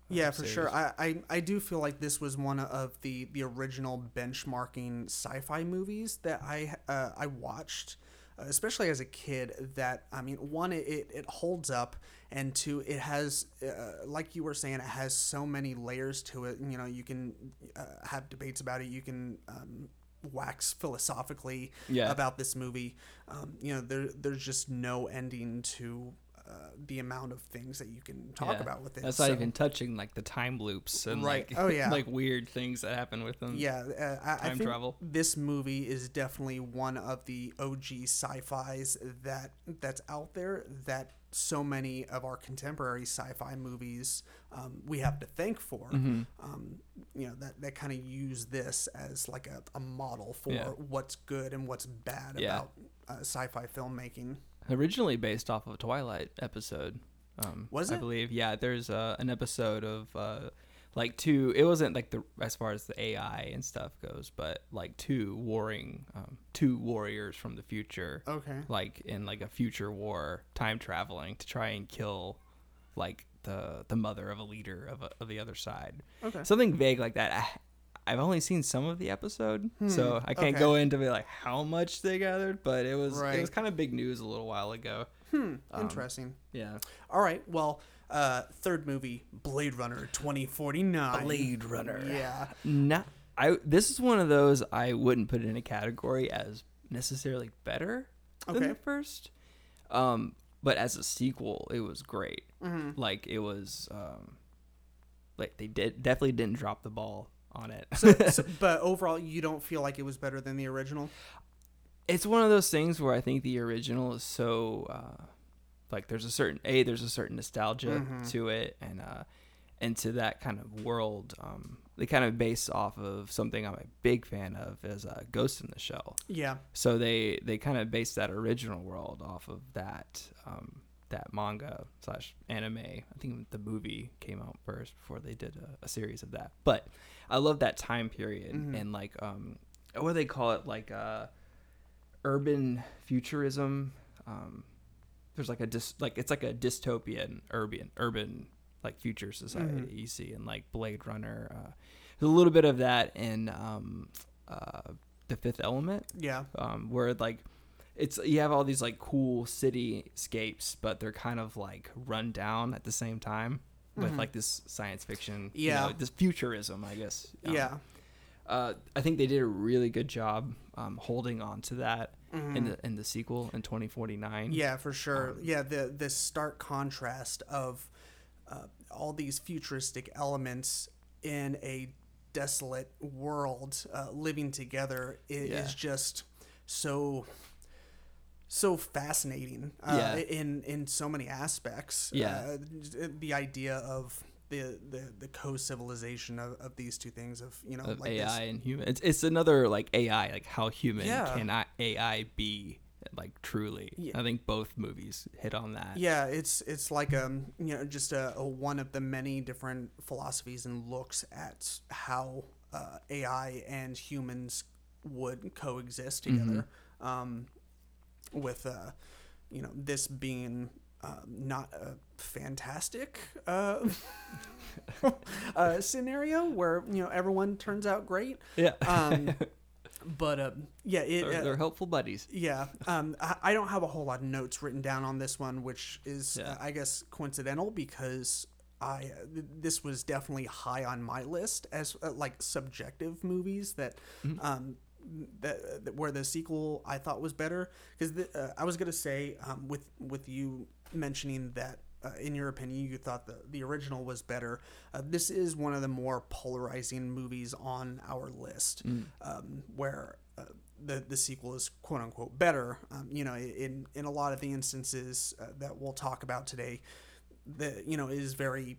S1: Yeah, for sure. I, I I do feel like this was one of the the original benchmarking sci-fi movies that I uh, I watched, uh, especially as a kid. That I mean, one it, it, it holds up, and two it has uh, like you were saying, it has so many layers to it. You know, you can uh, have debates about it. You can. Um, wax philosophically
S2: Yeah.
S1: about this movie um, you know there there's just no ending to uh, the amount of things that you can talk
S2: Yeah.
S1: about with it
S2: That's
S1: So-
S2: not even touching like the time loops and
S1: Right.
S2: like
S1: Oh, yeah.
S2: like weird things that happen with them.
S1: Yeah, uh, I, I
S2: Time
S1: think
S2: travel.
S1: this movie is definitely one of the OG sci-fi's that that's out there. That so many of our contemporary sci-fi movies um, we have to thank for.
S2: Mm-hmm.
S1: Um, you know that that kind of use this as like a, a model for
S2: Yeah.
S1: what's good and what's bad
S2: Yeah.
S1: about uh, sci-fi filmmaking.
S2: originally based off of a Twilight episode. Um,
S1: Was
S2: I
S1: it?
S2: believe. Yeah, there's uh, an episode of uh, like two. It wasn't like the as far as the AI and stuff goes, but like two warring, um, two warriors from the future,
S1: Okay.
S2: like in like a future war, time traveling to try and kill like the the mother of a leader of, a, of the other side.
S1: Okay.
S2: Something vague like that. I, I've only seen some of the episode, so I
S1: Hmm.
S2: can't
S1: okay.
S2: go into like how much they gathered, but it was it
S1: Right. Hmm.
S2: was kind of big news a little while ago. Um,
S1: Interesting.
S2: Yeah.
S1: All right. Well, uh, third movie, Blade Runner 2049.
S2: Blade Runner.
S1: Yeah.
S2: Not I this is one of those I wouldn't put in a category as necessarily better
S1: Okay.
S2: than the first. Um but as a sequel, it was
S1: Mm-hmm.
S2: great. Like it was um like they did definitely didn't drop the ball on it.
S1: So, so, but overall, you don't feel like it was better than the original.
S2: it's one of those things where I think the original is so uh, like there's a certain a there's a certain nostalgia to it and uh, and to that kind of world. Um, they kind of base off of something I'm a big fan of is uh, Ghost in the Shell.
S1: Yeah,
S2: So they they kind of base that original world off of that um, that manga slash anime. I think the movie came out first before they did a, a series of that. But I love that time period and like um, what do they call it like uh, urban futurism. Um, there's like a dis like it's like a dystopian urban urban like future society that you see in like Blade Runner. Uh, there's a little bit of that in um, uh, the Fifth Element
S1: yeah,
S2: um, where like it's you have all these like cool cityscapes, but they're kind of like run down at the same time with like this science fiction, you
S1: Mm-hmm. Yeah.
S2: know, this futurism, I guess. Um,
S1: yeah.
S2: uh, I think they did a really good job um, holding on to that in the in the sequel in 2049.
S1: Mm-hmm. Yeah, for sure.
S2: Um,
S1: yeah, the this stark contrast of uh, all these futuristic elements in a desolate world uh, living together i- is
S2: Yeah.
S1: just so so fascinating uh,
S2: Yeah.
S1: in in so many aspects.
S2: Yeah.
S1: uh, j- the idea of the the, the co civilization of, of these two things of you know
S2: Of
S1: like
S2: AI
S1: this.
S2: and human, it's, it's another like AI, like how human
S1: Yeah.
S2: can I, AI be, like truly? I think both movies hit on that.
S1: Yeah, it's it's like um you know just a, a one of the many different philosophies and looks at how uh, AI and humans would coexist together. Um, with uh, you know this being uh, not a fantastic uh, uh, scenario where you know everyone turns out great.
S2: yeah,
S1: Um, but uh, yeah, it
S2: they're,
S1: uh,
S2: they're helpful buddies.
S1: yeah, um, I, I don't have a whole lot of notes written down on this one, which is, uh,
S2: Yeah.
S1: I guess, coincidental because I uh, th- this was definitely high on my list as uh, like subjective movies that. Um, that, that where the sequel I thought was better because uh, I was gonna say um, with with you mentioning that uh, in your opinion you thought the the original was better uh, this is one of the more polarizing movies on our list um, where uh, the the sequel is quote unquote better. Um, you know, in in a lot of the instances uh, that we'll talk about today, that you know is very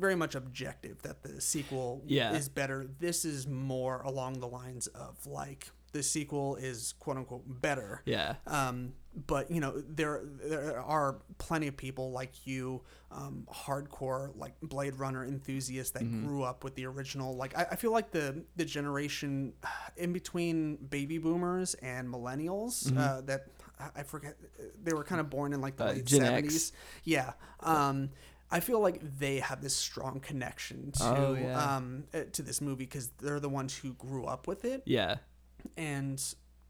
S1: very much objective that the sequel
S2: Yeah.
S1: is better. This is more along the lines of like the sequel is quote unquote better.
S2: Yeah.
S1: Um, but you know there there are plenty of people like you, um, hardcore like Blade Runner enthusiasts that
S2: Mm-hmm.
S1: grew up with the original. Like I, I feel like the the generation in between baby boomers and millennials uh, that I- I forget they were kind of born in like the
S2: Mm-hmm. Uh,
S1: late
S2: Gen X.
S1: seventies. Yeah. Um, I feel like they have this strong connection to
S2: Oh, yeah.
S1: um, uh, to this movie because they're the ones who grew up with it
S2: Yeah.
S1: and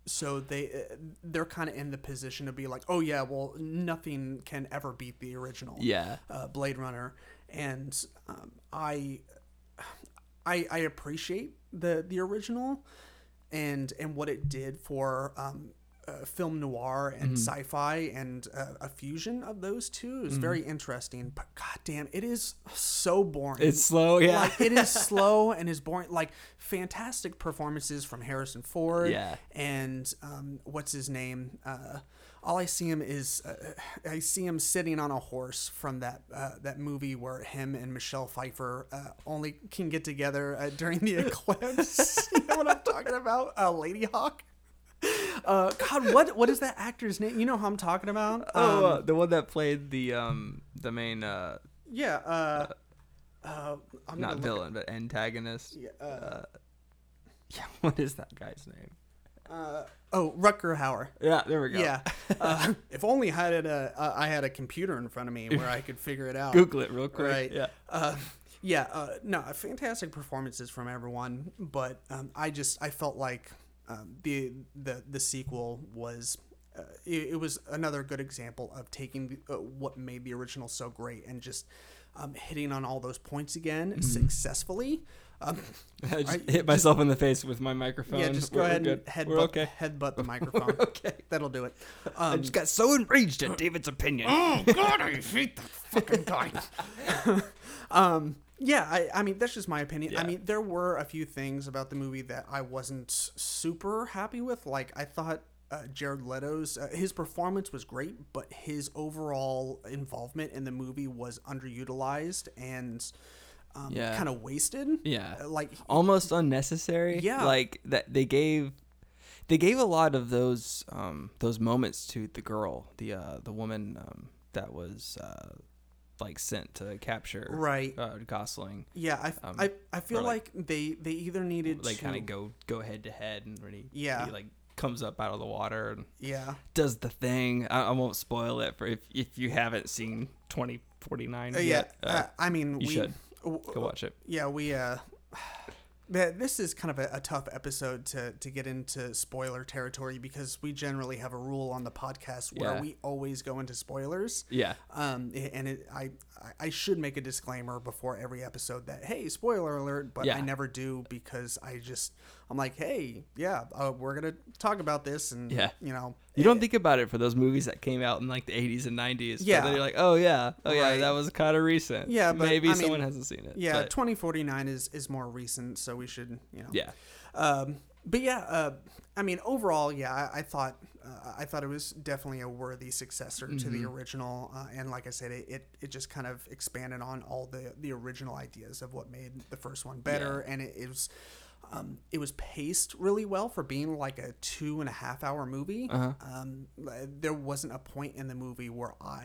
S1: so they uh, they're kind of in the position to be like, oh yeah, well nothing can ever beat the original
S2: Yeah.
S1: uh, Blade Runner, and um, I, I I appreciate the the original, and and what it did for um, uh, film noir
S2: Mm-hmm.
S1: and sci-fi and uh, a fusion of those two
S2: Mm-hmm.
S1: is very interesting. But goddamn, it is so boring.
S2: It's slow, yeah.
S1: Like it is slow and is boring. Like fantastic performances from Harrison Ford.
S2: Yeah.
S1: And um, what's his name? Uh, all I see him is uh, I see him sitting on a horse from that uh, that movie where him and Michelle Pfeiffer uh, only can get together uh, during the eclipse. you know what I'm talking about? Uh, Lady Hawk. Uh, God, what what is that actor's name? You know who I'm talking about?
S2: oh,
S1: Um,
S2: uh, the one that played the um the main uh
S1: yeah. Uh, uh, I'm
S2: not
S1: gonna look-
S2: villain but antagonist. Yeah.
S1: uh,
S2: what is that guy's name?
S1: uh, oh, Rutger Hauer.
S2: Yeah, there we go.
S1: Yeah. Uh, if only I had a uh, I had a computer in front of me where I could figure it out.
S2: Google it real quick.
S1: Right.
S2: Yeah.
S1: Uh, yeah. Uh, no, fantastic performances from everyone, but um, I just I felt like um, the the the sequel was. Uh, it, it was another good example of taking the, uh, what made the original so great and just um, hitting on all those points again successfully. Um,
S2: I just hit myself in the face with my microphone.
S1: yeah, just go
S2: We're- we're
S1: ahead and
S2: good. We're
S1: headbutt,
S2: okay.
S1: headbutt the microphone.
S2: okay.
S1: That'll do it. Um,
S2: I just got so enraged at David's opinion.
S1: Oh God, I hate that fucking guy. um, Yeah, I, I mean that's just my opinion. I
S2: Yeah.
S1: mean there were a few things about the movie that I wasn't s- super happy with. Like I thought uh, Jared Leto's uh, his performance was great, but his overall involvement in the movie was underutilized and um,
S2: Yeah.
S1: kind of wasted.
S2: Yeah.
S1: Uh, Like
S2: almost unnecessary.
S1: Yeah.
S2: like that they gave they gave a lot of those um those moments to the girl, the uh the woman um that was uh like sent to capture
S1: right.
S2: uh, Gosling.
S1: Yeah, I, I, I feel
S2: Um, or,
S1: like, they they either needed
S2: They
S1: to
S2: kind of go go head to head and really
S1: Yeah.
S2: he like comes up out of the water and
S1: yeah
S2: does the thing. I, I won't spoil it for if if you haven't seen 2049
S1: Uh, yeah.
S2: yet.
S1: Uh,
S2: Uh,
S1: I mean
S2: you
S1: we
S2: should.
S1: w-
S2: go watch it.
S1: yeah we uh th- this is kind of a, a tough episode to to get into spoiler territory because we generally have a rule on the podcast where
S2: Yeah.
S1: we always go into spoilers
S2: Yeah.
S1: um a- and it, i I- i should make a disclaimer before every episode that hey spoiler alert but i
S2: Yeah.
S1: never do because i just i'm like hey yeah uh, we're gonna talk about this and
S2: Yeah.
S1: you know
S2: You don't think about it for those movies that came out in like the 80s and 90s.
S1: Yeah.
S2: Yeah. Then you're like, oh yeah, oh yeah,
S1: Right.
S2: that was kind of recent.
S1: Yeah, but,
S2: maybe
S1: I mean,
S2: someone hasn't seen it.
S1: yeah
S2: but
S1: 2049 is is more recent so we should you know
S2: yeah,
S1: Um, but yeah, uh, I mean, overall, yeah, I, I thought uh, I thought it was definitely a worthy successor to
S2: Mm-hmm.
S1: the original, uh, and like I said, it, it, it just kind of expanded on all the, the original ideas of what made the first one better, and it, it was um, it was paced really well for being like a two and a half hour movie.
S2: Uh-huh.
S1: Um, there wasn't a point in the movie where I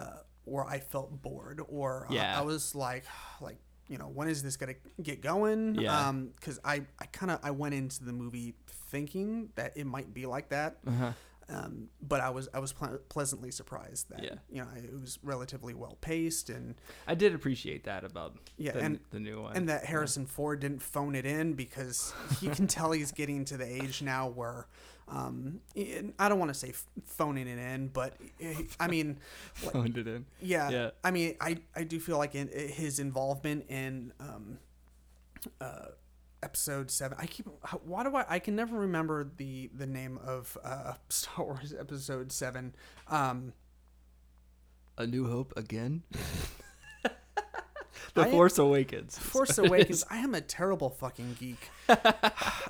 S1: uh, where I felt bored or uh,
S2: Yeah.
S1: I was like like you know when is this gonna get going?
S2: Yeah.
S1: um because i i kind of i went into the movie thinking that it might be like that
S2: Uh-huh.
S1: um but i was i was ple- pleasantly surprised that
S2: Yeah.
S1: you know it was relatively well paced and
S2: I did appreciate that about
S1: Yeah,
S2: the,
S1: and-
S2: the new one.
S1: and that harrison ford didn't phone it in because you can tell he's getting to the age now where um i don't want to say f- phoning it in but eh, i mean like,
S2: phoned it in.
S1: yeah,
S2: Yeah.
S1: I mean, I, I do feel like in, his involvement in um, uh, episode seven. I keep why do I I can never remember the the name of uh, Star Wars episode seven. Um,
S2: A New Hope again. the
S1: I-
S2: Force Awakens.
S1: Force Awakens. I am a terrible fucking geek.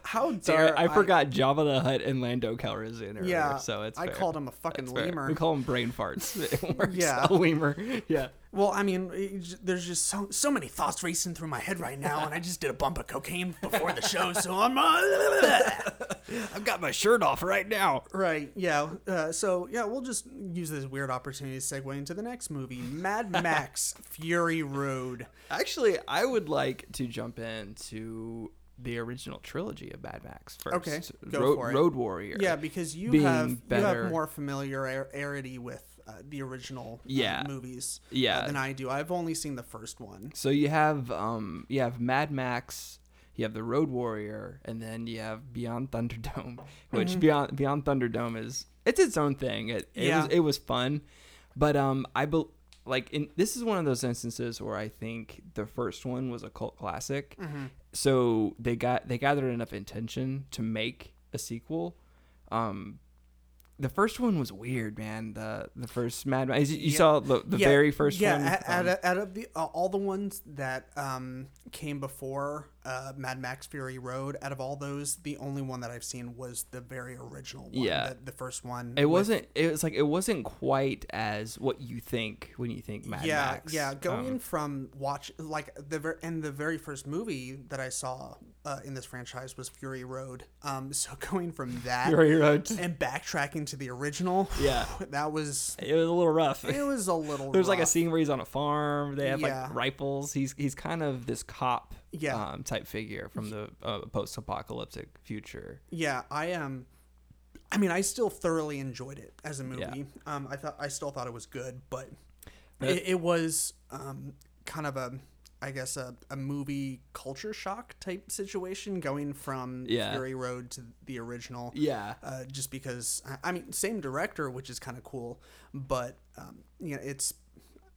S1: How
S2: Sorry,
S1: dare
S2: I, forgot Java the Hutt and Lando Calrissian earlier.
S1: Yeah,
S2: so it's
S1: I
S2: fair.
S1: called him a fucking
S2: It's fair.
S1: lemur.
S2: We call them brain farts. It works.
S1: Yeah.
S2: Yeah, a lemur. Yeah.
S1: Well, I mean, it j- there's just so so many thoughts racing through my head right now, and I just did a bump of cocaine before the show, so I'm.
S2: I've got my shirt off right now.
S1: Right. Yeah. Uh, so yeah, we'll just use this weird opportunity to segue into the next movie, Mad Max: Fury Road.
S2: Actually, I would like to jump into the original trilogy of Mad Max first.
S1: Okay, go
S2: Road,
S1: for it.
S2: Road Warrior.
S1: Yeah, because you
S2: Being
S1: have you
S2: better.
S1: have more familiarity with uh, the original uh,
S2: Yeah.
S1: movies uh,
S2: Yeah.
S1: than I do. I've only seen the first one.
S2: So you have um you have Mad Max, you have the Road Warrior, and then you have Beyond Thunderdome, which
S1: Mm-hmm.
S2: Beyond Beyond Thunderdome is it's its own thing. It it
S1: Yeah.
S2: was it was fun, but um I bel like in this is one of those instances where I think the first one was a cult classic.
S1: Mm-hmm.
S2: So they got they gathered enough intention to make a sequel. Um the first one was weird, man. The the first Mad Max. You saw the, the
S1: Yeah,
S2: very first
S1: yeah,
S2: one.
S1: out-
S2: um,
S1: out, of, out of the uh, all the ones that um, came before uh, Mad Max Fury Road, out of all those, the only one that I've seen was the very original one.
S2: Yeah.
S1: the, the first one.
S2: It wasn't. It was like it wasn't quite as what you think when you think Mad
S1: yeah,
S2: Max.
S1: yeah. Going
S2: Um,
S1: from watch like the ver- and the very first movie that I saw uh, in this franchise was Fury Road. Um, so going from that
S2: Fury Road.
S1: and backtracking to the original,
S2: Yeah.
S1: that was
S2: it was a little rough.
S1: it was a little.
S2: There's like a
S1: rough.
S2: scene where he's on a farm. They have
S1: Yeah.
S2: like rifles. He's he's kind of this cop.
S1: Yeah.
S2: Um, type figure from the uh, post-apocalyptic future.
S1: yeah. I um, I mean, I still thoroughly enjoyed it as a movie. Um, I thought I still thought it was good, but it, it was um kind of a. I guess a, a movie culture shock type situation going from
S2: Yeah.
S1: Fury Road to the original.
S2: Yeah.
S1: uh, just because I- I mean same director, which is kind of cool, but um, you know it's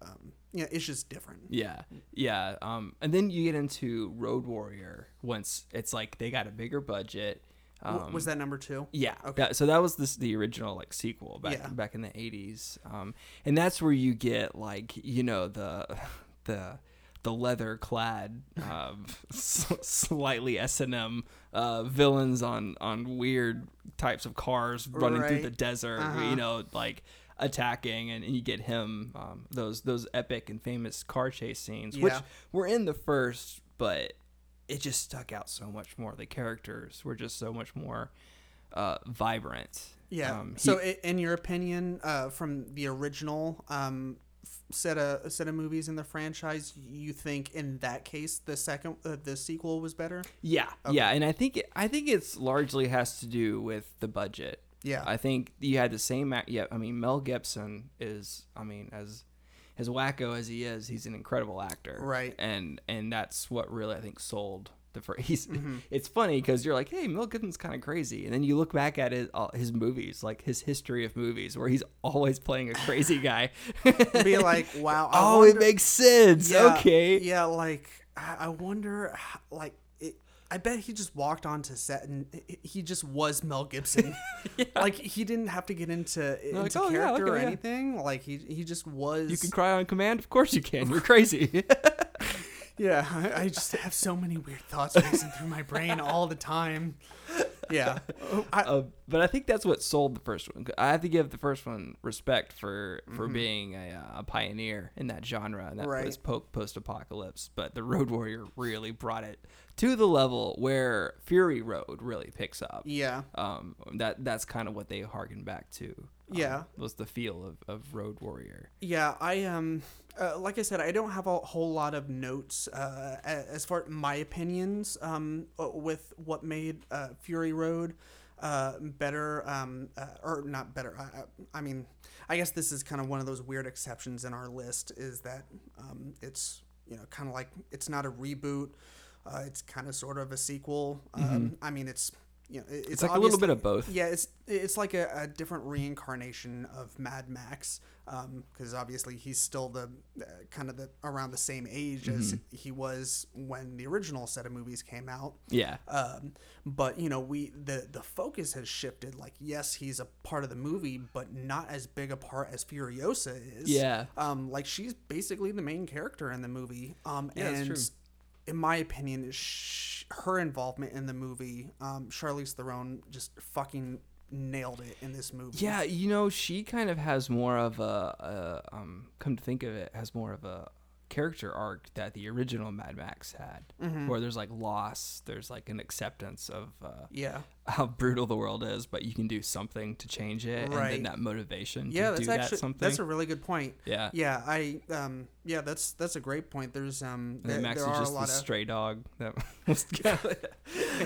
S1: um, you know, it's just different.
S2: Yeah, yeah. Um, and then you get into Road Warrior once it's like they got a bigger budget. Um,
S1: W- was that number two?
S2: Yeah. that- so that was this the original like sequel back
S1: Yeah.
S2: back in the eighties, um, and that's where you get like you know the the the leather clad, uh, s- slightly S and M uh, villains on on weird types of cars running through
S1: Right.
S2: the desert.
S1: Uh-huh.
S2: You know, like attacking and, and you get him um, those those epic and famous car chase scenes which
S1: Yeah.
S2: were in the first but it just stuck out so much more the characters were just so much more uh, vibrant
S1: Yeah.
S2: Um, he-
S1: so, i in your opinion, uh, from the original um, f- set of set of movies in the franchise, you think in that case the second uh, the sequel was better?
S2: Yeah, yeah, and I think I think it's largely has to do with the budget.
S1: Yeah.
S2: I think you had the same. act- Yeah, I mean Mel Gibson is. I mean, as as wacko as he is, he's an incredible actor.
S1: Right.
S2: and and that's what really I think sold the phrase.
S1: Mm-hmm.
S2: It's funny because you're like, hey, Mel Gibson's kind of crazy, and then you look back at his all his movies, like his history of movies, where he's always playing a crazy guy.
S1: Be like, wow. I
S2: oh,
S1: wonder-
S2: it makes sense.
S1: Yeah,
S2: okay.
S1: Yeah, like I I wonder, h- like it, I bet he just walked onto set and he- he just was Mel Gibson. Like he didn't have to get into into
S2: like, "Oh, yeah,
S1: character or
S2: look at me, yeah."
S1: anything. Like he he just was.
S2: You can cry on command. Of course you can. You're crazy.
S1: Yeah, I, I just have so many weird thoughts racing through my brain all the time. Yeah, I,
S2: uh, but I think that's what sold the first one. I have to give the first one respect for for being a, uh, a pioneer in that genre, and that
S1: Mm-hmm. Right.
S2: was po- post apocalypse. But the Road Warrior really brought it to the level where Fury Road really picks up.
S1: yeah,
S2: Um, that that's kind of what they harken back to. um,
S1: Yeah.
S2: was the feel of, of Road Warrior.
S1: yeah. I um, uh, like I said, I don't have a whole lot of notes uh, a- as far my opinions um uh, with what made uh, Fury Road uh better um uh, or not better. I, I I mean, I guess this is kind of one of those weird exceptions in our list is that um it's you know kind of like it's not a reboot. Uh, it's kind of sort of a sequel. Um, I mean, it's you know, it- it's,
S2: Mm-hmm. It's like a little
S1: obviously-
S2: bit of both.
S1: Yeah, it's it's like a, a different reincarnation of Mad Max, because obviously he's still the uh, kind of the around the same age as he was when the original set of movies came out.
S2: Yeah,
S1: Um, but you know, we the the focus has shifted. Like, yes, he's a part of the movie, but not as big a part as Furiosa is.
S2: Yeah.
S1: Um, like she's basically the main character in the movie. Um,
S2: Yeah, that's
S1: and
S2: true.
S1: in my opinion, sh- her involvement in the movie, um, Charlize Theron just fucking nailed it in this movie.
S2: Yeah, you know, she kind of has more of a, a um, come to think of it, has more of a character arc that the original Mad Max had,
S1: Mm-hmm.
S2: where there's like loss, there's like an acceptance of uh,
S1: Yeah.
S2: how brutal the world is, but you can do something to change it, and
S1: Right.
S2: then that motivation
S1: Yeah,
S2: to
S1: that's
S2: do
S1: actually
S2: that something.
S1: that's a really good point.
S2: yeah.
S1: Yeah, I um yeah, that's that's a great point. There's um
S2: And
S1: there,
S2: then Max
S1: there
S2: is
S1: are
S2: just
S1: a
S2: the
S1: lot of
S2: stray dog that was kind of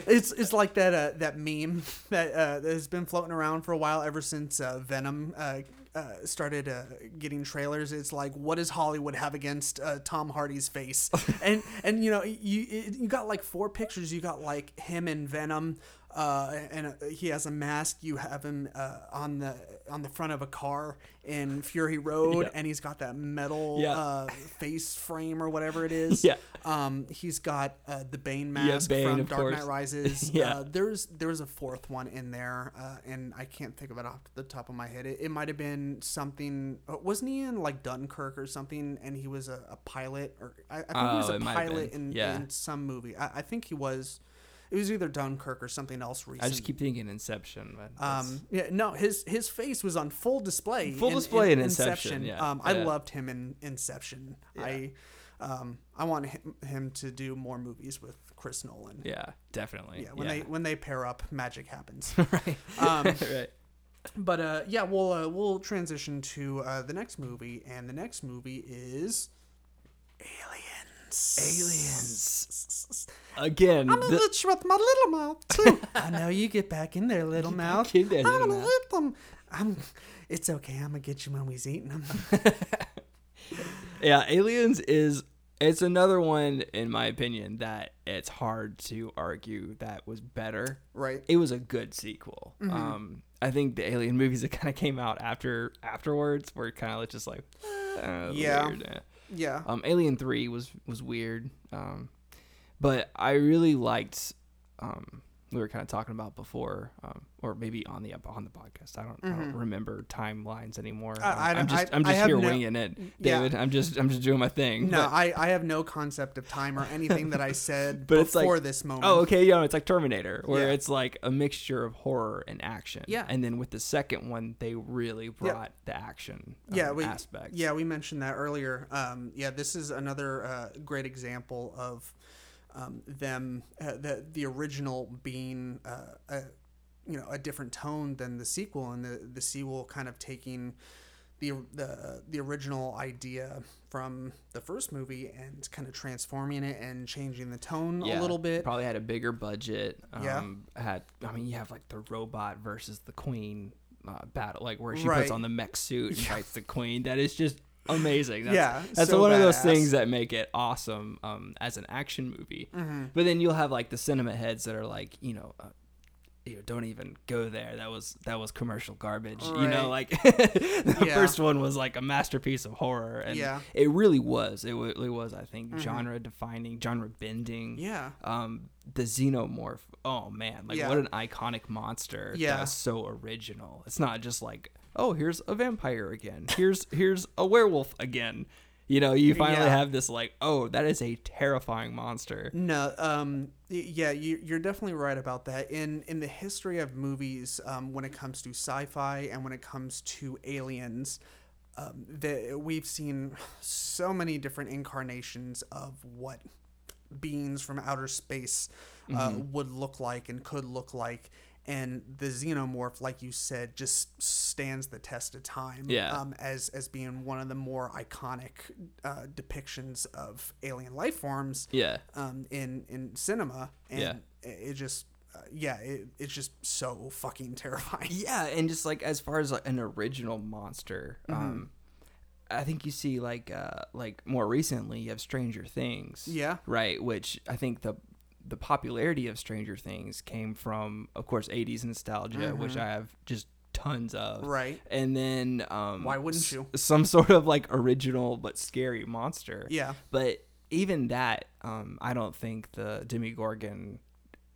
S1: it's it's like that uh, that meme that, uh, that has been floating around for a while ever since uh, Venom uh, uh, started uh, getting trailers. It's like, what does Hollywood have against uh, Tom Hardy's face? and and you know you you got like four pictures. You got like him and Venom. Uh, and uh, he has a mask. You have him uh, on the on the front of a car in Fury Road, and he's got that metal
S2: Yeah.
S1: uh, face frame or whatever it is.
S2: Yeah.
S1: Um, he's got uh, the Bane mask
S2: Bane,
S1: from
S2: of
S1: Dark Knight
S2: course.
S1: Rises.
S2: Yeah.
S1: uh, there's there's a fourth one in there, uh, and I can't think of it off the top of my head. It, it might have been something. uh, Wasn't he in like Dunkirk or something? And he was a, a pilot, or I, I think he was
S2: Oh,
S1: a
S2: it might have
S1: pilot
S2: been.
S1: in,
S2: Yeah.
S1: in some movie. I, I think he was. It was either Dunkirk or something else
S2: I
S1: recent.
S2: just keep thinking Inception, but that's-
S1: Um, yeah, no, his his face was on full display.
S2: Full display in Inception, yeah,
S1: Um, I
S2: yeah.
S1: loved him in Inception. I, um, I want him, him to do more movies with Chris Nolan.
S2: yeah, definitely.
S1: Yeah, when they um, when they pair up, magic happens.
S2: right.
S1: um,
S2: right.
S1: but uh, yeah, we'll uh, we'll transition to uh, the next movie, and the next movie is Aliens.
S2: Aliens. Again,
S1: I'm
S2: the-
S1: gonna hit you with my little mouth too. I know you get back in there, little mouth.
S2: in there,
S1: I'm
S2: little
S1: gonna
S2: mouth.
S1: eat them. I'm. It's okay. I'm gonna get you when we's eating them.
S2: yeah aliens is it's another one in my opinion that it's hard to argue that was better
S1: Right.
S2: it was a good sequel um i think the alien movies that kind of came out after afterwards were kind of just like uh,
S1: Yeah.
S2: weird, eh.
S1: Yeah.
S2: Um, Alien Three was was weird, um, but I really liked um, we were kind of talking about before, um, or maybe on the on the podcast. I don't, I don't remember timelines anymore.
S1: Mm-hmm. I- I
S2: am
S1: don't-
S2: just
S1: I-
S2: am
S1: I
S2: just
S1: have
S2: here
S1: no- Mm,
S2: winging it,
S1: Yeah.
S2: David. I'm just I'm just doing my thing.
S1: No,
S2: but,
S1: I, I have no concept of time or anything that I said
S2: but it's like
S1: before this moment.
S2: Oh, okay, yeah, it's like Terminator, where
S1: Yeah.
S2: it's like a mixture of horror and action.
S1: Yeah.
S2: and then with the second one, they really brought the action. Um,
S1: yeah, we
S2: aspect.
S1: yeah we mentioned that earlier. Um, yeah, this is another uh, great example of um, them uh, the the original being uh, a, you know a different tone than the sequel, and the the sequel kind of taking the the the original idea from the first movie and kind of transforming it and changing the tone a
S2: Yeah,
S1: little bit.
S2: Probably had a bigger budget.
S1: Yeah.
S2: Um, Had I mean, you have like the robot versus the queen uh, battle, like where she
S1: Right.
S2: puts on the mech suit and fights the queen. That is just amazing. That's,
S1: Yeah,
S2: that's
S1: so
S2: one of
S1: badass.
S2: those things that make it awesome um, as an action movie.
S1: Mm-hmm.
S2: But then you'll have like the cinema heads that are like, you know. Uh, you know, don't even go there. That was that was commercial garbage. You know, like the
S1: Yeah.
S2: first one was like a masterpiece of horror, and
S1: Yeah. Mm-hmm.
S2: it really was. It really was. I think genre defining, genre bending
S1: Yeah.
S2: um the xenomorph oh man like
S1: Yeah.
S2: what an iconic monster
S1: Yeah.
S2: that's so original it's not just like oh here's a vampire again here's here's a werewolf again you know you finally
S1: Yeah.
S2: have this like oh that is a terrifying monster
S1: No, um, y- yeah, you, you're definitely right about that. In in the history of movies, um, when it comes to sci-fi and when it comes to aliens, um, the, we've seen so many different incarnations of what beings from outer space uh, would look like and could look like. And the xenomorph, like you said, just stands the test of time
S2: Yeah.
S1: um, as as being one of the more iconic uh, depictions of alien life forms
S2: yeah
S1: um, in in cinema, and
S2: Yeah.
S1: it, it just uh, yeah, it, it's just so fucking terrifying.
S2: yeah and just like as far as like, an original monster
S1: Mm-hmm.
S2: um i think you see like uh like more recently you have stranger things
S1: Yeah.
S2: right which i think the the popularity of stranger things came from of course 80s nostalgia which i have just tons of
S1: Mm-hmm. Right.
S2: and then um
S1: Why wouldn't
S2: s-
S1: you?
S2: some sort of like original but scary monster
S1: Yeah.
S2: but even that um i don't think the demigorgon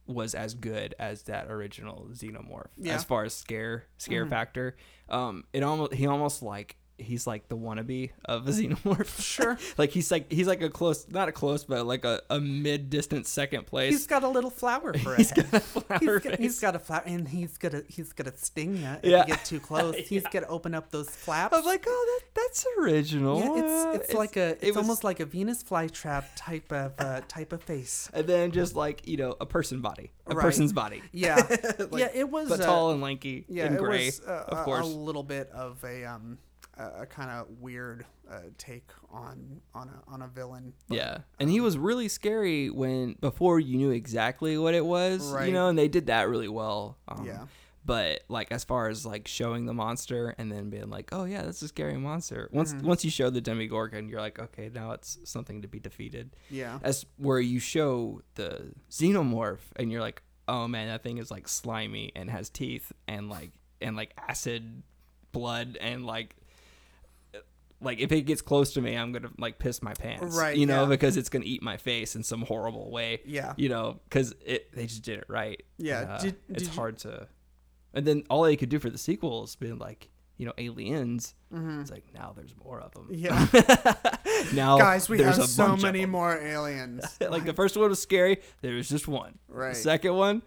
S2: was as good as that original xenomorph
S1: Yeah. Mm-hmm.
S2: as far as scare scare factor um it almost he almost like he's like the wannabe of a xenomorph
S1: Sure.
S2: like he's like he's like a close not a close but like a, a mid distant second place
S1: He's got a little flower for a head.
S2: flower
S1: He's got, he's
S2: face.
S1: got a flower, and he's gonna he's gonna sting you if
S2: Yeah.
S1: you get too close. He's gonna open up those flaps.
S2: i'm like oh that, that's original
S1: yeah,
S2: Uh,
S1: it's, it's like a it's
S2: it was-
S1: almost like a Venus flytrap type of uh, type of face.
S2: and then just like you know a person body a
S1: Right.
S2: person's body
S1: Yeah, yeah, it was
S2: but
S1: uh,
S2: tall and lanky
S1: yeah,
S2: and
S1: it
S2: gray
S1: was, uh, a-
S2: of course
S1: a little bit of a um a, a kind of weird uh, take on on a on a villain.
S2: Yeah,
S1: um,
S2: and he was really scary when before you knew exactly what it was,
S1: Right.
S2: you know, and they did that really well. Um,
S1: Yeah.
S2: But like as far as like showing the monster and then being like, oh yeah, that's a scary monster. Once
S1: Mm-hmm.
S2: once you show the Demigorgon, you're like, okay, now it's something to be defeated.
S1: Yeah.
S2: As where you show the Xenomorph and you're like, oh man, that thing is like slimy and has teeth and like and like acid blood and like like if it gets close to me i'm gonna like piss my pants
S1: Right,
S2: you know
S1: yeah.
S2: because it's gonna eat my face in some horrible way
S1: Yeah.
S2: you know because it they just did it right
S1: Yeah,
S2: And, uh,
S1: did-
S2: it's
S1: did you-
S2: hard to and then all they could do for the sequel has been like you know aliens it's like now there's more of them
S1: Mm-hmm. Yeah.
S2: now
S1: Guys, we
S2: oh, there's
S1: have
S2: a
S1: so
S2: bunch of
S1: many
S2: 'em.
S1: more aliens.
S2: like the first one was scary there was just one
S1: Right.
S2: the second one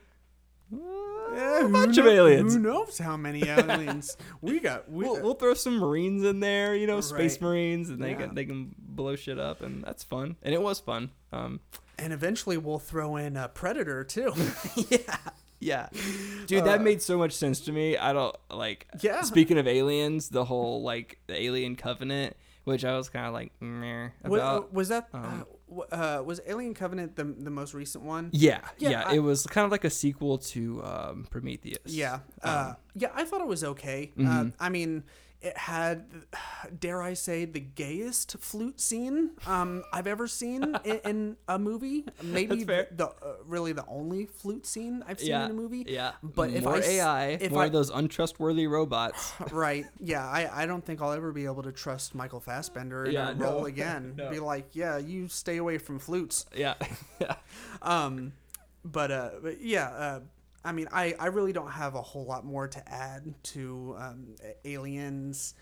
S1: Yeah,
S2: a
S1: who
S2: bunch of
S1: kno-
S2: aliens
S1: Who knows how many aliens we got? We,
S2: We'll, we'll throw some marines in there, you know, space
S1: Right.
S2: marines, and they
S1: Yeah.
S2: can they can blow shit up, and that's fun. And it was fun. Um,
S1: and eventually we'll throw in a predator too.
S2: yeah, dude, that made so much sense to me. I don't like.
S1: Uh, Yeah.
S2: Speaking of aliens, the whole like the alien covenant, which I was kind of like, meh,
S1: Wa-
S2: about.
S1: was that
S2: um,
S1: uh, w- uh, was Alien Covenant the the most recent one?
S2: yeah,
S1: Yeah,
S2: yeah,
S1: I-
S2: it was kind of like a sequel to um, Prometheus.
S1: Yeah,
S2: Um,
S1: uh, yeah, I thought it was okay. Uh,
S2: mm-hmm.
S1: I mean, it had, dare I say, the gayest flute scene um, I've ever seen in, in a movie. Maybe
S2: That's fair.
S1: the uh, really the only flute scene I've seen
S2: Yeah,
S1: in a movie.
S2: yeah,
S1: but if
S2: more
S1: I s-
S2: AI,
S1: if
S2: more
S1: I-
S2: of those untrustworthy robots.
S1: right. Yeah, I, I don't think I'll ever be able to trust Michael Fassbender in
S2: Yeah,
S1: a role
S2: no.
S1: again.
S2: No.
S1: Be like, yeah, you stay away from flutes.
S2: yeah,
S1: Um, but uh, but yeah, uh, I mean, I, I really don't have a whole lot more to add to um, A- Aliens.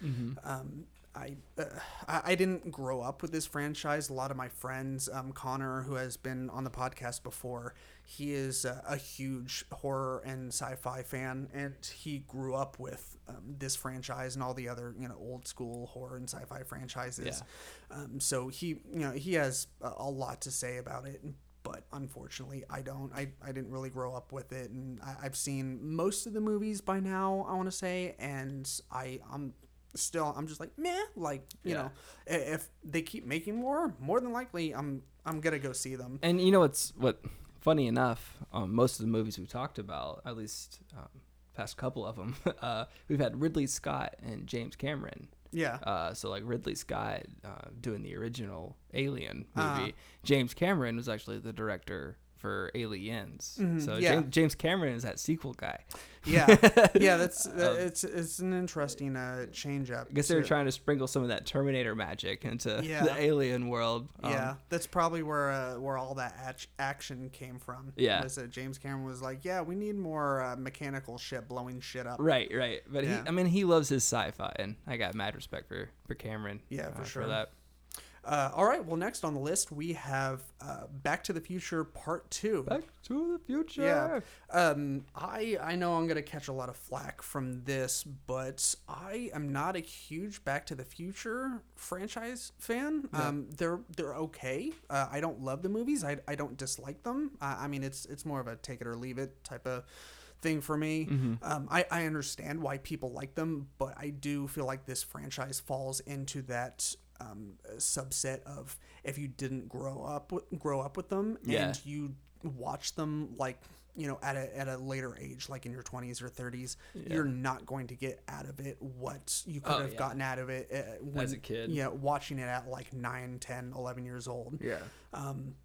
S1: Um, I, uh, I I didn't grow up with this franchise. A lot of my friends, um, Connor, who has been on the podcast before, he is a, a huge horror and sci-fi fan, and he grew up with um, this franchise and all the other you know old school horror and sci-fi franchises. Um, so he you know he has a, a lot to say about it but unfortunately i don't i, I didn't really grow up with it and I, i've seen most of the movies by now i want to say and i i'm still i'm just like meh like you
S2: Yeah.
S1: know i- if they keep making more more than likely i'm i'm gonna go see them
S2: And you know what's what? Funny enough, um, most of the movies we've talked about, at least um, past couple of them, uh, we've had Ridley Scott and James Cameron.
S1: yeah
S2: Uh, so like Ridley Scott uh, doing the original Alien movie,
S1: Uh-huh.
S2: James Cameron was actually the director for Aliens. So
S1: Mm-hmm. yeah.
S2: James, James Cameron is that sequel guy.
S1: yeah yeah that's uh, it's it's an interesting uh change up
S2: Um, I guess they were trying to sprinkle some of that Terminator magic into
S1: Yeah.
S2: the Alien world. Um,
S1: yeah, that's probably where uh, where all that ac- action came from.
S2: Yeah.
S1: was that James Cameron was like, "Yeah, we need more uh, mechanical shit blowing shit up."
S2: Right, right. But
S1: Yeah.
S2: he, I mean, he loves his sci-fi, and I got mad respect for for Cameron.
S1: Yeah, for
S2: uh,
S1: sure.
S2: For that.
S1: Uh, all right. Well, next on the list we have uh, Back to the Future Part Two.
S2: Back to the future.
S1: yeah. Um, I I know I'm gonna catch a lot of flack from this, but I am not a huge Back to the Future franchise fan. Um, they're they're okay. Uh, I don't love the movies. I, I don't dislike them. I, I mean, it's it's more of a take it or leave it type of thing for me. Um, I I understand why people like them, but I do feel like this franchise falls into that. Um, subset of if you didn't grow up with, grow up with them
S2: Yeah.
S1: and you watch them like you know at a at a later age like in your 20s or 30s you're not going to get out of it what you could
S2: Oh,
S1: have
S2: yeah.
S1: gotten out of it uh, when,
S2: As a kid.
S1: yeah watching it at like 9 10 11 years old
S2: Yeah.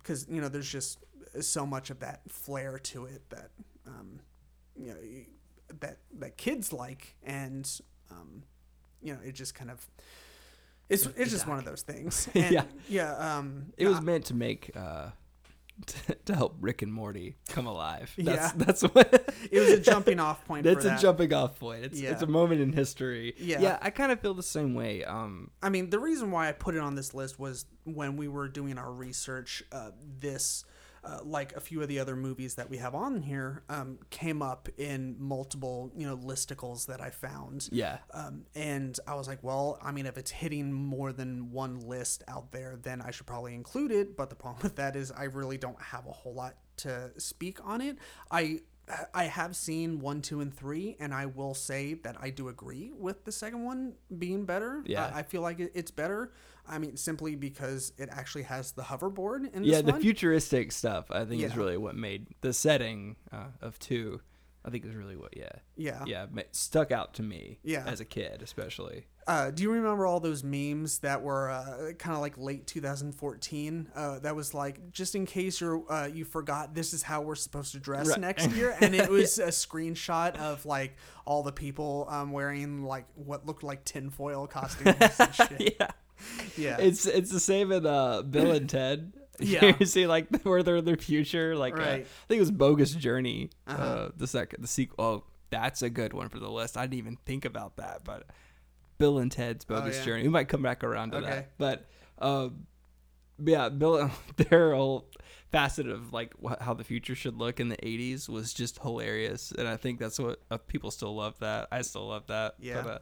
S1: because you know there's just so much of that flair to it that um, you know y- that that kids like and um, you know it just kind of it's, it's just one of those things And,
S2: Yeah.
S1: yeah um
S2: It was meant to make uh, to, to help Rick and Morty come alive.
S1: Yeah.
S2: That's, that's what.
S1: it was a jumping off point
S2: That's
S1: for
S2: a
S1: that.
S2: jumping off point. It's it's
S1: Yeah.
S2: a moment in history.
S1: Yeah.
S2: Yeah, I kind of feel the same way. Um,
S1: I mean, the reason why I put it on this list was when we were doing our research, uh, this, uh, like a few of the other movies that we have on here, um, came up in multiple, you know, listicles that I found.
S2: yeah.
S1: Um, and I was like, well, I mean, if it's hitting more than one list out there, then I should probably include it. But the problem with that is I really don't have a whole lot to speak on it. I I have seen one, two, and three, and I will say that I do agree with the second one being better.
S2: Yeah.
S1: I, I feel like it, it's better. I mean, simply because it actually has the hoverboard in this
S2: Yeah, the
S1: one.
S2: futuristic stuff I think is
S1: Yeah.
S2: really what made the setting uh, of two. I think is really what yeah
S1: yeah.
S2: yeah ma- stuck out to me
S1: Yeah.
S2: as a kid especially.
S1: Uh, do you remember all those memes that were uh, kind of like late 2014? Uh, that was like, just in case you're uh, you forgot, this is how we're supposed to dress
S2: Right.
S1: next year, and it was a screenshot of like all the people um, wearing like what looked like tinfoil costumes and shit.
S2: Yeah.
S1: Yeah,
S2: It's it's the same in uh, Bill and Ted.
S1: Yeah.
S2: you see, like where they're in their future. Like uh,
S1: Right. Uh-huh.
S2: I think it was Bogus Journey. uh the second, the sequel. Oh, that's a good one for the list. I didn't even think about that, but Bill and Ted's Bogus
S1: Oh, yeah.
S2: Journey. We might come back around to
S1: Okay.
S2: that. But um, yeah, Bill, their whole facet of like wh- how the future should look in the '80s was just hilarious, and I think that's what uh, people still love. That I still love that.
S1: Yeah.
S2: But, uh,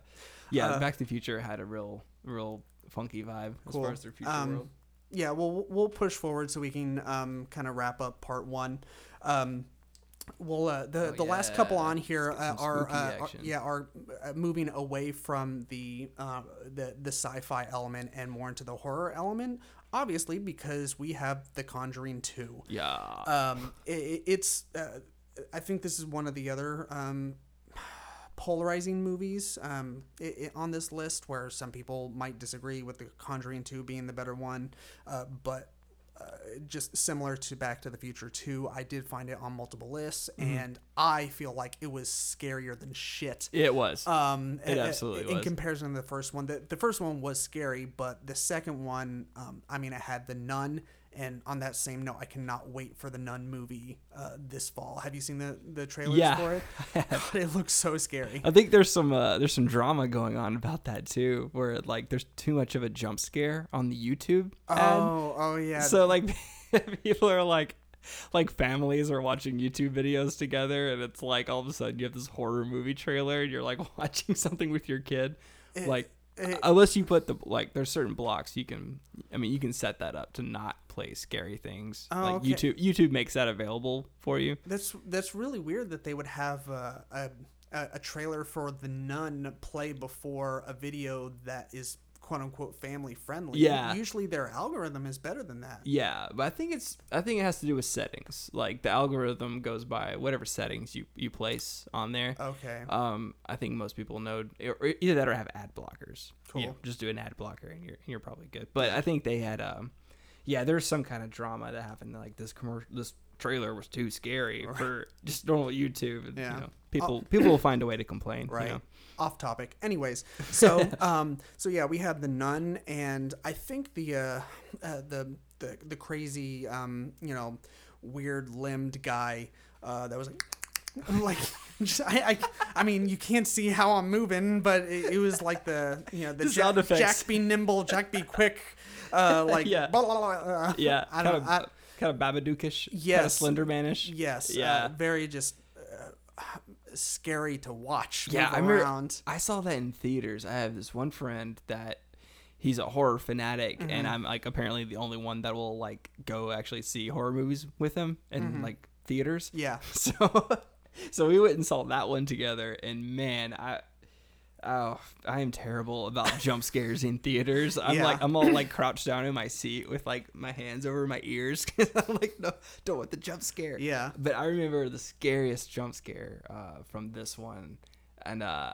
S2: yeah,
S1: Uh,
S2: Back to the Future had a real, real funky vibe as
S1: Cool.
S2: far as their future
S1: Um,
S2: world.
S1: yeah. Well, we'll push forward so we can um, kind of wrap up part one. Um, well, uh, the
S2: Oh,
S1: the last couple
S2: yeah.
S1: on here
S2: Let's
S1: uh,
S2: get some
S1: are,
S2: spooky
S1: uh, are
S2: action.
S1: yeah are uh, moving away from the uh, the the sci-fi element and more into the horror element. Obviously, because we have The Conjuring two.
S2: Yeah.
S1: Um, i- i it's uh, I think this is one of the other um, polarizing movies um, i i on this list where some people might disagree with The Conjuring 2 being the better one, uh, but uh, just similar to Back to the Future 2, I did find it on multiple lists, and I feel like it was scarier than shit.
S2: It was.
S1: Um,
S2: It
S1: a- a-
S2: absolutely
S1: in
S2: was.
S1: comparison to the first one. The, the first one was scary, but the second one, um, I mean, it had the nun And on that same note, I cannot wait for the Nun movie uh, this fall. Have you seen the the trailers
S2: Yeah,
S1: for it? God, it looks so scary.
S2: I think there's some uh, there's some drama going on about that too, where like there's too much of a jump scare on the YouTube. ad.
S1: Oh, oh yeah.
S2: so like people are like like families are watching YouTube videos together and it's like all of a sudden you have this horror movie trailer and you're like watching something with your kid. like
S1: it-
S2: unless you put the like there's certain blocks you can I mean you can set that up to not play scary things.
S1: Oh,
S2: like
S1: okay.
S2: YouTube YouTube makes that available for you.
S1: That's that's really weird that they would have a, a a a trailer for the nun play before a video that is quote unquote family friendly.
S2: Yeah.
S1: Usually their algorithm is better than that.
S2: Yeah, but I think it's I think it has to do with settings. Like the algorithm goes by whatever settings you you place on there.
S1: Okay.
S2: Um, I think most people know or or either that or have ad blockers. You
S1: Cool.
S2: know, just do an ad blocker and you're you're probably good. But I think they had um, yeah, there's some kind of drama that happened. Like this commercial, this trailer was too scary for just normal YouTube. And,
S1: Yeah. Oh.
S2: you know, people people will find a way to complain. you
S1: right
S2: know.
S1: off topic anyways so um so yeah we had the nun and i think the uh, uh the the the crazy um you know weird limbed guy uh that was like I'm like just, I, I I mean you can't see how I'm moving but it, it was like the you know the,
S2: The sound
S1: Jack,
S2: effects.
S1: Jack be nimble Jack be quick uh like
S2: Yeah.
S1: blah, blah, blah, uh,
S2: Yeah,
S1: I
S2: kind
S1: don't
S2: of
S1: I,
S2: kind of Babadookish. kind of
S1: Yes.
S2: Slendermanish.
S1: yes
S2: Yeah.
S1: uh, very just uh, scary to watch
S2: Yeah,
S1: move
S2: I remember-
S1: around
S2: I saw that in theaters. I have this one friend that he's a horror fanatic,
S1: Mm-hmm.
S2: and I'm like apparently the only one that will like go actually see horror movies with him in like theaters.
S1: Mm-hmm. yeah
S2: So, so we went and saw that one together, and man, I. Oh, I am terrible about jump scares in theaters. I'm
S1: Yeah.
S2: like, I'm all like crouched down in my seat with like my hands over my ears because I'm like, no, don't want the jump scare.
S1: Yeah.
S2: But I remember the scariest jump scare uh, from this one, and uh,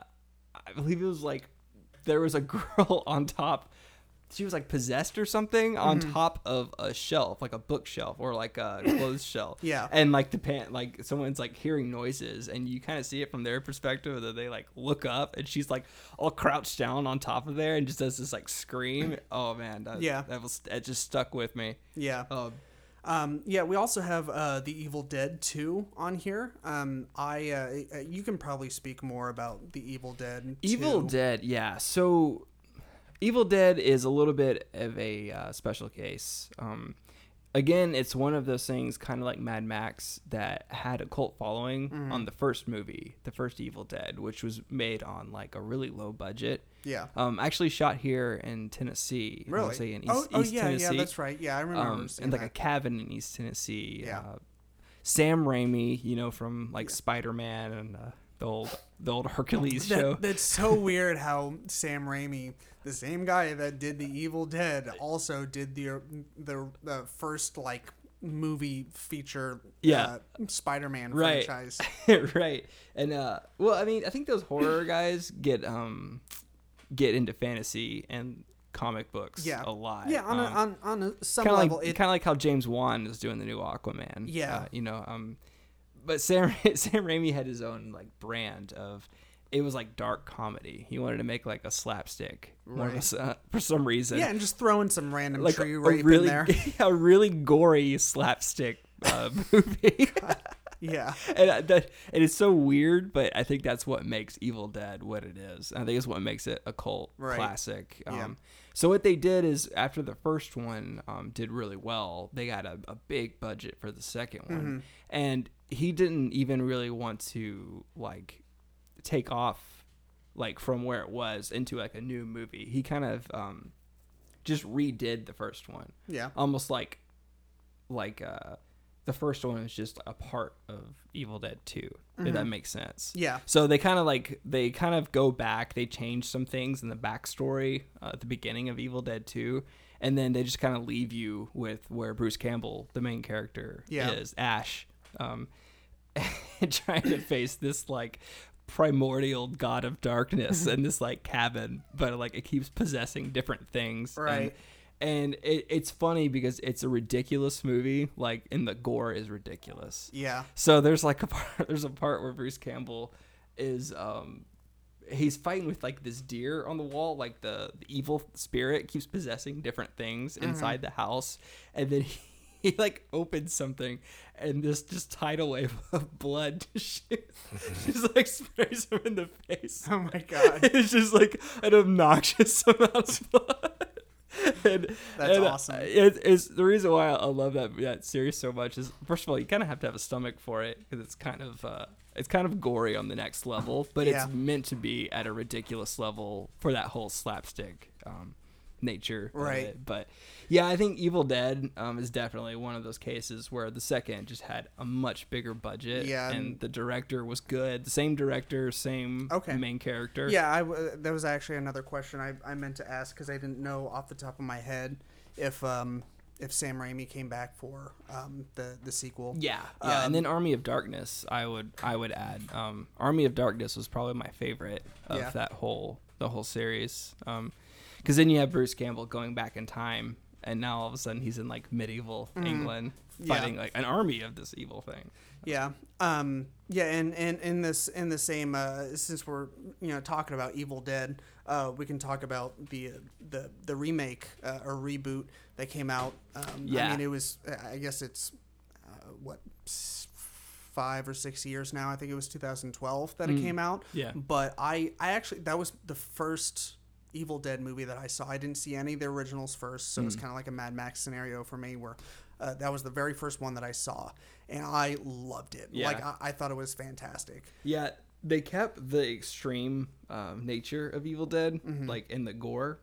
S2: I believe it was like there was a girl on top. She was like possessed or something on
S1: Mm-hmm.
S2: top of a shelf, like a bookshelf or like a clothes shelf.
S1: Yeah.
S2: And like the pan, like someone's like hearing noises, and you kind of see it from their perspective that they like look up, and she's like all crouched down on top of there, and just does this like scream. Oh man, that,
S1: Yeah.
S2: that was that just stuck with me.
S1: yeah
S2: Oh
S1: Um, yeah, we also have uh, the Evil Dead Two on here. Um, I uh, uh, you can probably speak more about the Evil Dead. 2.
S2: Evil Dead, yeah. So, Evil Dead is a little bit of a uh, special case. Um, again, it's one of those things, kind of like Mad Max, that had a cult following
S1: Mm-hmm.
S2: on the first movie, the first Evil Dead, which was made on like a really low budget.
S1: Yeah.
S2: Um, actually shot here in Tennessee. I wanna
S1: Really?
S2: say in East,
S1: oh, oh,
S2: East
S1: yeah,
S2: Tennessee.
S1: yeah, that's right. Yeah, I remember.
S2: Um,
S1: seeing
S2: in like a
S1: that.
S2: cabin in East Tennessee.
S1: Yeah.
S2: Uh, Sam Raimi, you know, from like Spider Man and uh, the old the old Hercules
S1: That-
S2: show.
S1: that's so weird how Sam Raimi, the same guy that did the Evil Dead, also did the the the first like movie feature
S2: Yeah.
S1: uh, Spider-Man
S2: Right.
S1: franchise.
S2: right. And uh well, I mean, I think those horror guys get um get into fantasy and comic books
S1: Yeah.
S2: a lot.
S1: Yeah, on a,
S2: um,
S1: on on a, some
S2: kind of like
S1: level, it,
S2: kind of like how James Wan is doing the new Aquaman.
S1: Yeah.
S2: Uh, you know, um but Sam Sam Raimi had his own like brand of it was like dark comedy. He wanted to make like a slapstick more or less, uh, for some reason.
S1: yeah, and just throwing some random
S2: Like
S1: tree
S2: a, a
S1: rape
S2: really
S1: in there.
S2: a really gory slapstick uh, movie.
S1: Yeah.
S2: and I- that it is so weird, but I think that's what makes Evil Dead what it is. I think it's what makes it a cult
S1: Right.
S2: classic. Um,
S1: Yeah.
S2: So what they did is after the first one um, did really well, they got a, a big budget for the second one,
S1: Mm-hmm.
S2: and he didn't even really want to like take off like from where it was into like a new movie. He kind of um, just redid the first one
S1: Yeah.
S2: almost like like uh the first one was just a part of Evil Dead 2 if that makes sense
S1: Mm-hmm. Yeah.
S2: so they kind of like they kind of go back they change some things in the backstory uh, at the beginning of Evil Dead 2 and then they just kind of leave you with where Bruce Campbell the main character
S1: Yeah.
S2: is Ash um trying to face this like primordial god of darkness in this like cabin but like it keeps possessing different things and-
S1: Right.
S2: and it, it's funny because it's a ridiculous movie like and the gore is ridiculous
S1: Yeah.
S2: so there's like a part there's a part where bruce campbell is um he's fighting with like this deer on the wall like the, the evil spirit keeps possessing different things inside the house and then he he like opens something and this just tidal wave of blood just, shoots- just like sprays him in the face.
S1: Oh my god.
S2: It's just like an obnoxious amount of blood. And,
S1: That's
S2: and
S1: awesome.
S2: It, it's the reason why I love that that series so much is first of all you kind of have to have a stomach for it because it's kind of uh, it's kind of gory on the next level, but
S1: Yeah.
S2: it's meant to be at a ridiculous level for that whole slapstick um, nature. of
S1: Right.
S2: it. But yeah, I think Evil Dead um, is definitely one of those cases where the second just had a much bigger budget.
S1: Yeah,
S2: And
S1: and-
S2: the director was good. The same director, same
S1: Okay.
S2: main character.
S1: Yeah, I w- that was actually another question I, I meant to ask because I didn't know off the top of my head if um if Sam Raimi came back for um the the sequel.
S2: Yeah, yeah, Uh, and then
S1: um,
S2: Army of Darkness, I would I would add. Um, Army of Darkness was probably my favorite of
S1: Yeah.
S2: that whole the whole series. Um, because then you have Bruce Campbell going back in time, and now all of a sudden he's in like medieval
S1: Mm.
S2: England
S1: Yeah.
S2: fighting like an army of this evil thing.
S1: Yeah. Um yeah, and and in this in the same uh since we're you know talking about Evil Dead, uh we can talk about the the the remake uh, or reboot that came out. Um I
S2: Yeah.
S1: mean it was I guess it's uh, what s- 5 or 6 years now. I think it was 2012 that it came out.
S2: Mm. Yeah.
S1: But I I actually that was the first Evil Dead movie that I saw. I didn't see any of the originals first, so
S2: Mm.
S1: it's kind of like a Mad Max scenario for me, where uh, that was the very first one that I saw, and I loved it.
S2: Yeah.
S1: Like I, I thought it was fantastic.
S2: Yeah, they kept the extreme um, nature of Evil Dead,
S1: Mm-hmm.
S2: like in the gore,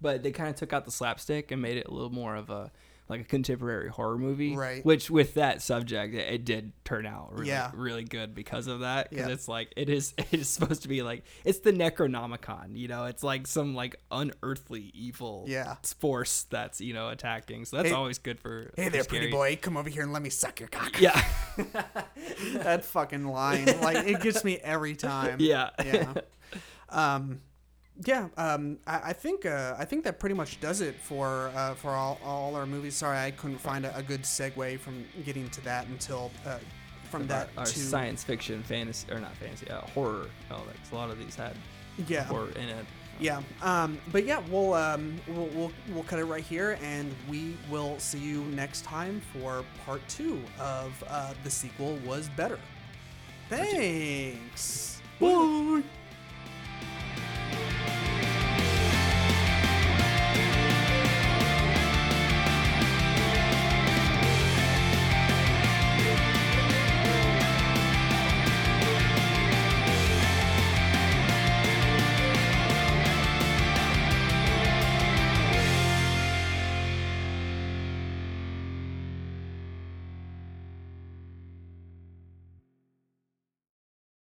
S2: but they kind of took out the slapstick and made it a little more of a like a contemporary horror movie.
S1: Right.
S2: Which with that subject, it, it did turn out really,
S1: Yeah.
S2: really good because of that. Because
S1: Yeah.
S2: it's like it is it is supposed to be like it's the Necronomicon, you know? It's like some like unearthly evil
S1: Yeah.
S2: force that's you know attacking. So that's always good for
S1: Hey
S2: for
S1: there, pretty
S2: scary-
S1: boy, come over here and let me suck your cock.
S2: Yeah.
S1: that fucking line, like it gets me every time.
S2: yeah.
S1: yeah. Um, yeah, um, I, I think uh, I think that pretty much does it for uh, for all, all our movies. Sorry, I couldn't find a, a good segue from getting to that until uh, from
S2: our,
S1: that
S2: our
S1: to
S2: science fiction, fantasy, or not fantasy, uh, horror elements. A lot of these had
S1: yeah
S2: horror in it.
S1: yeah. Um, but yeah, we'll, um, we'll we'll we'll cut it right here, and we will see you next time for part two of uh, the sequel was better. Thanks. Bye.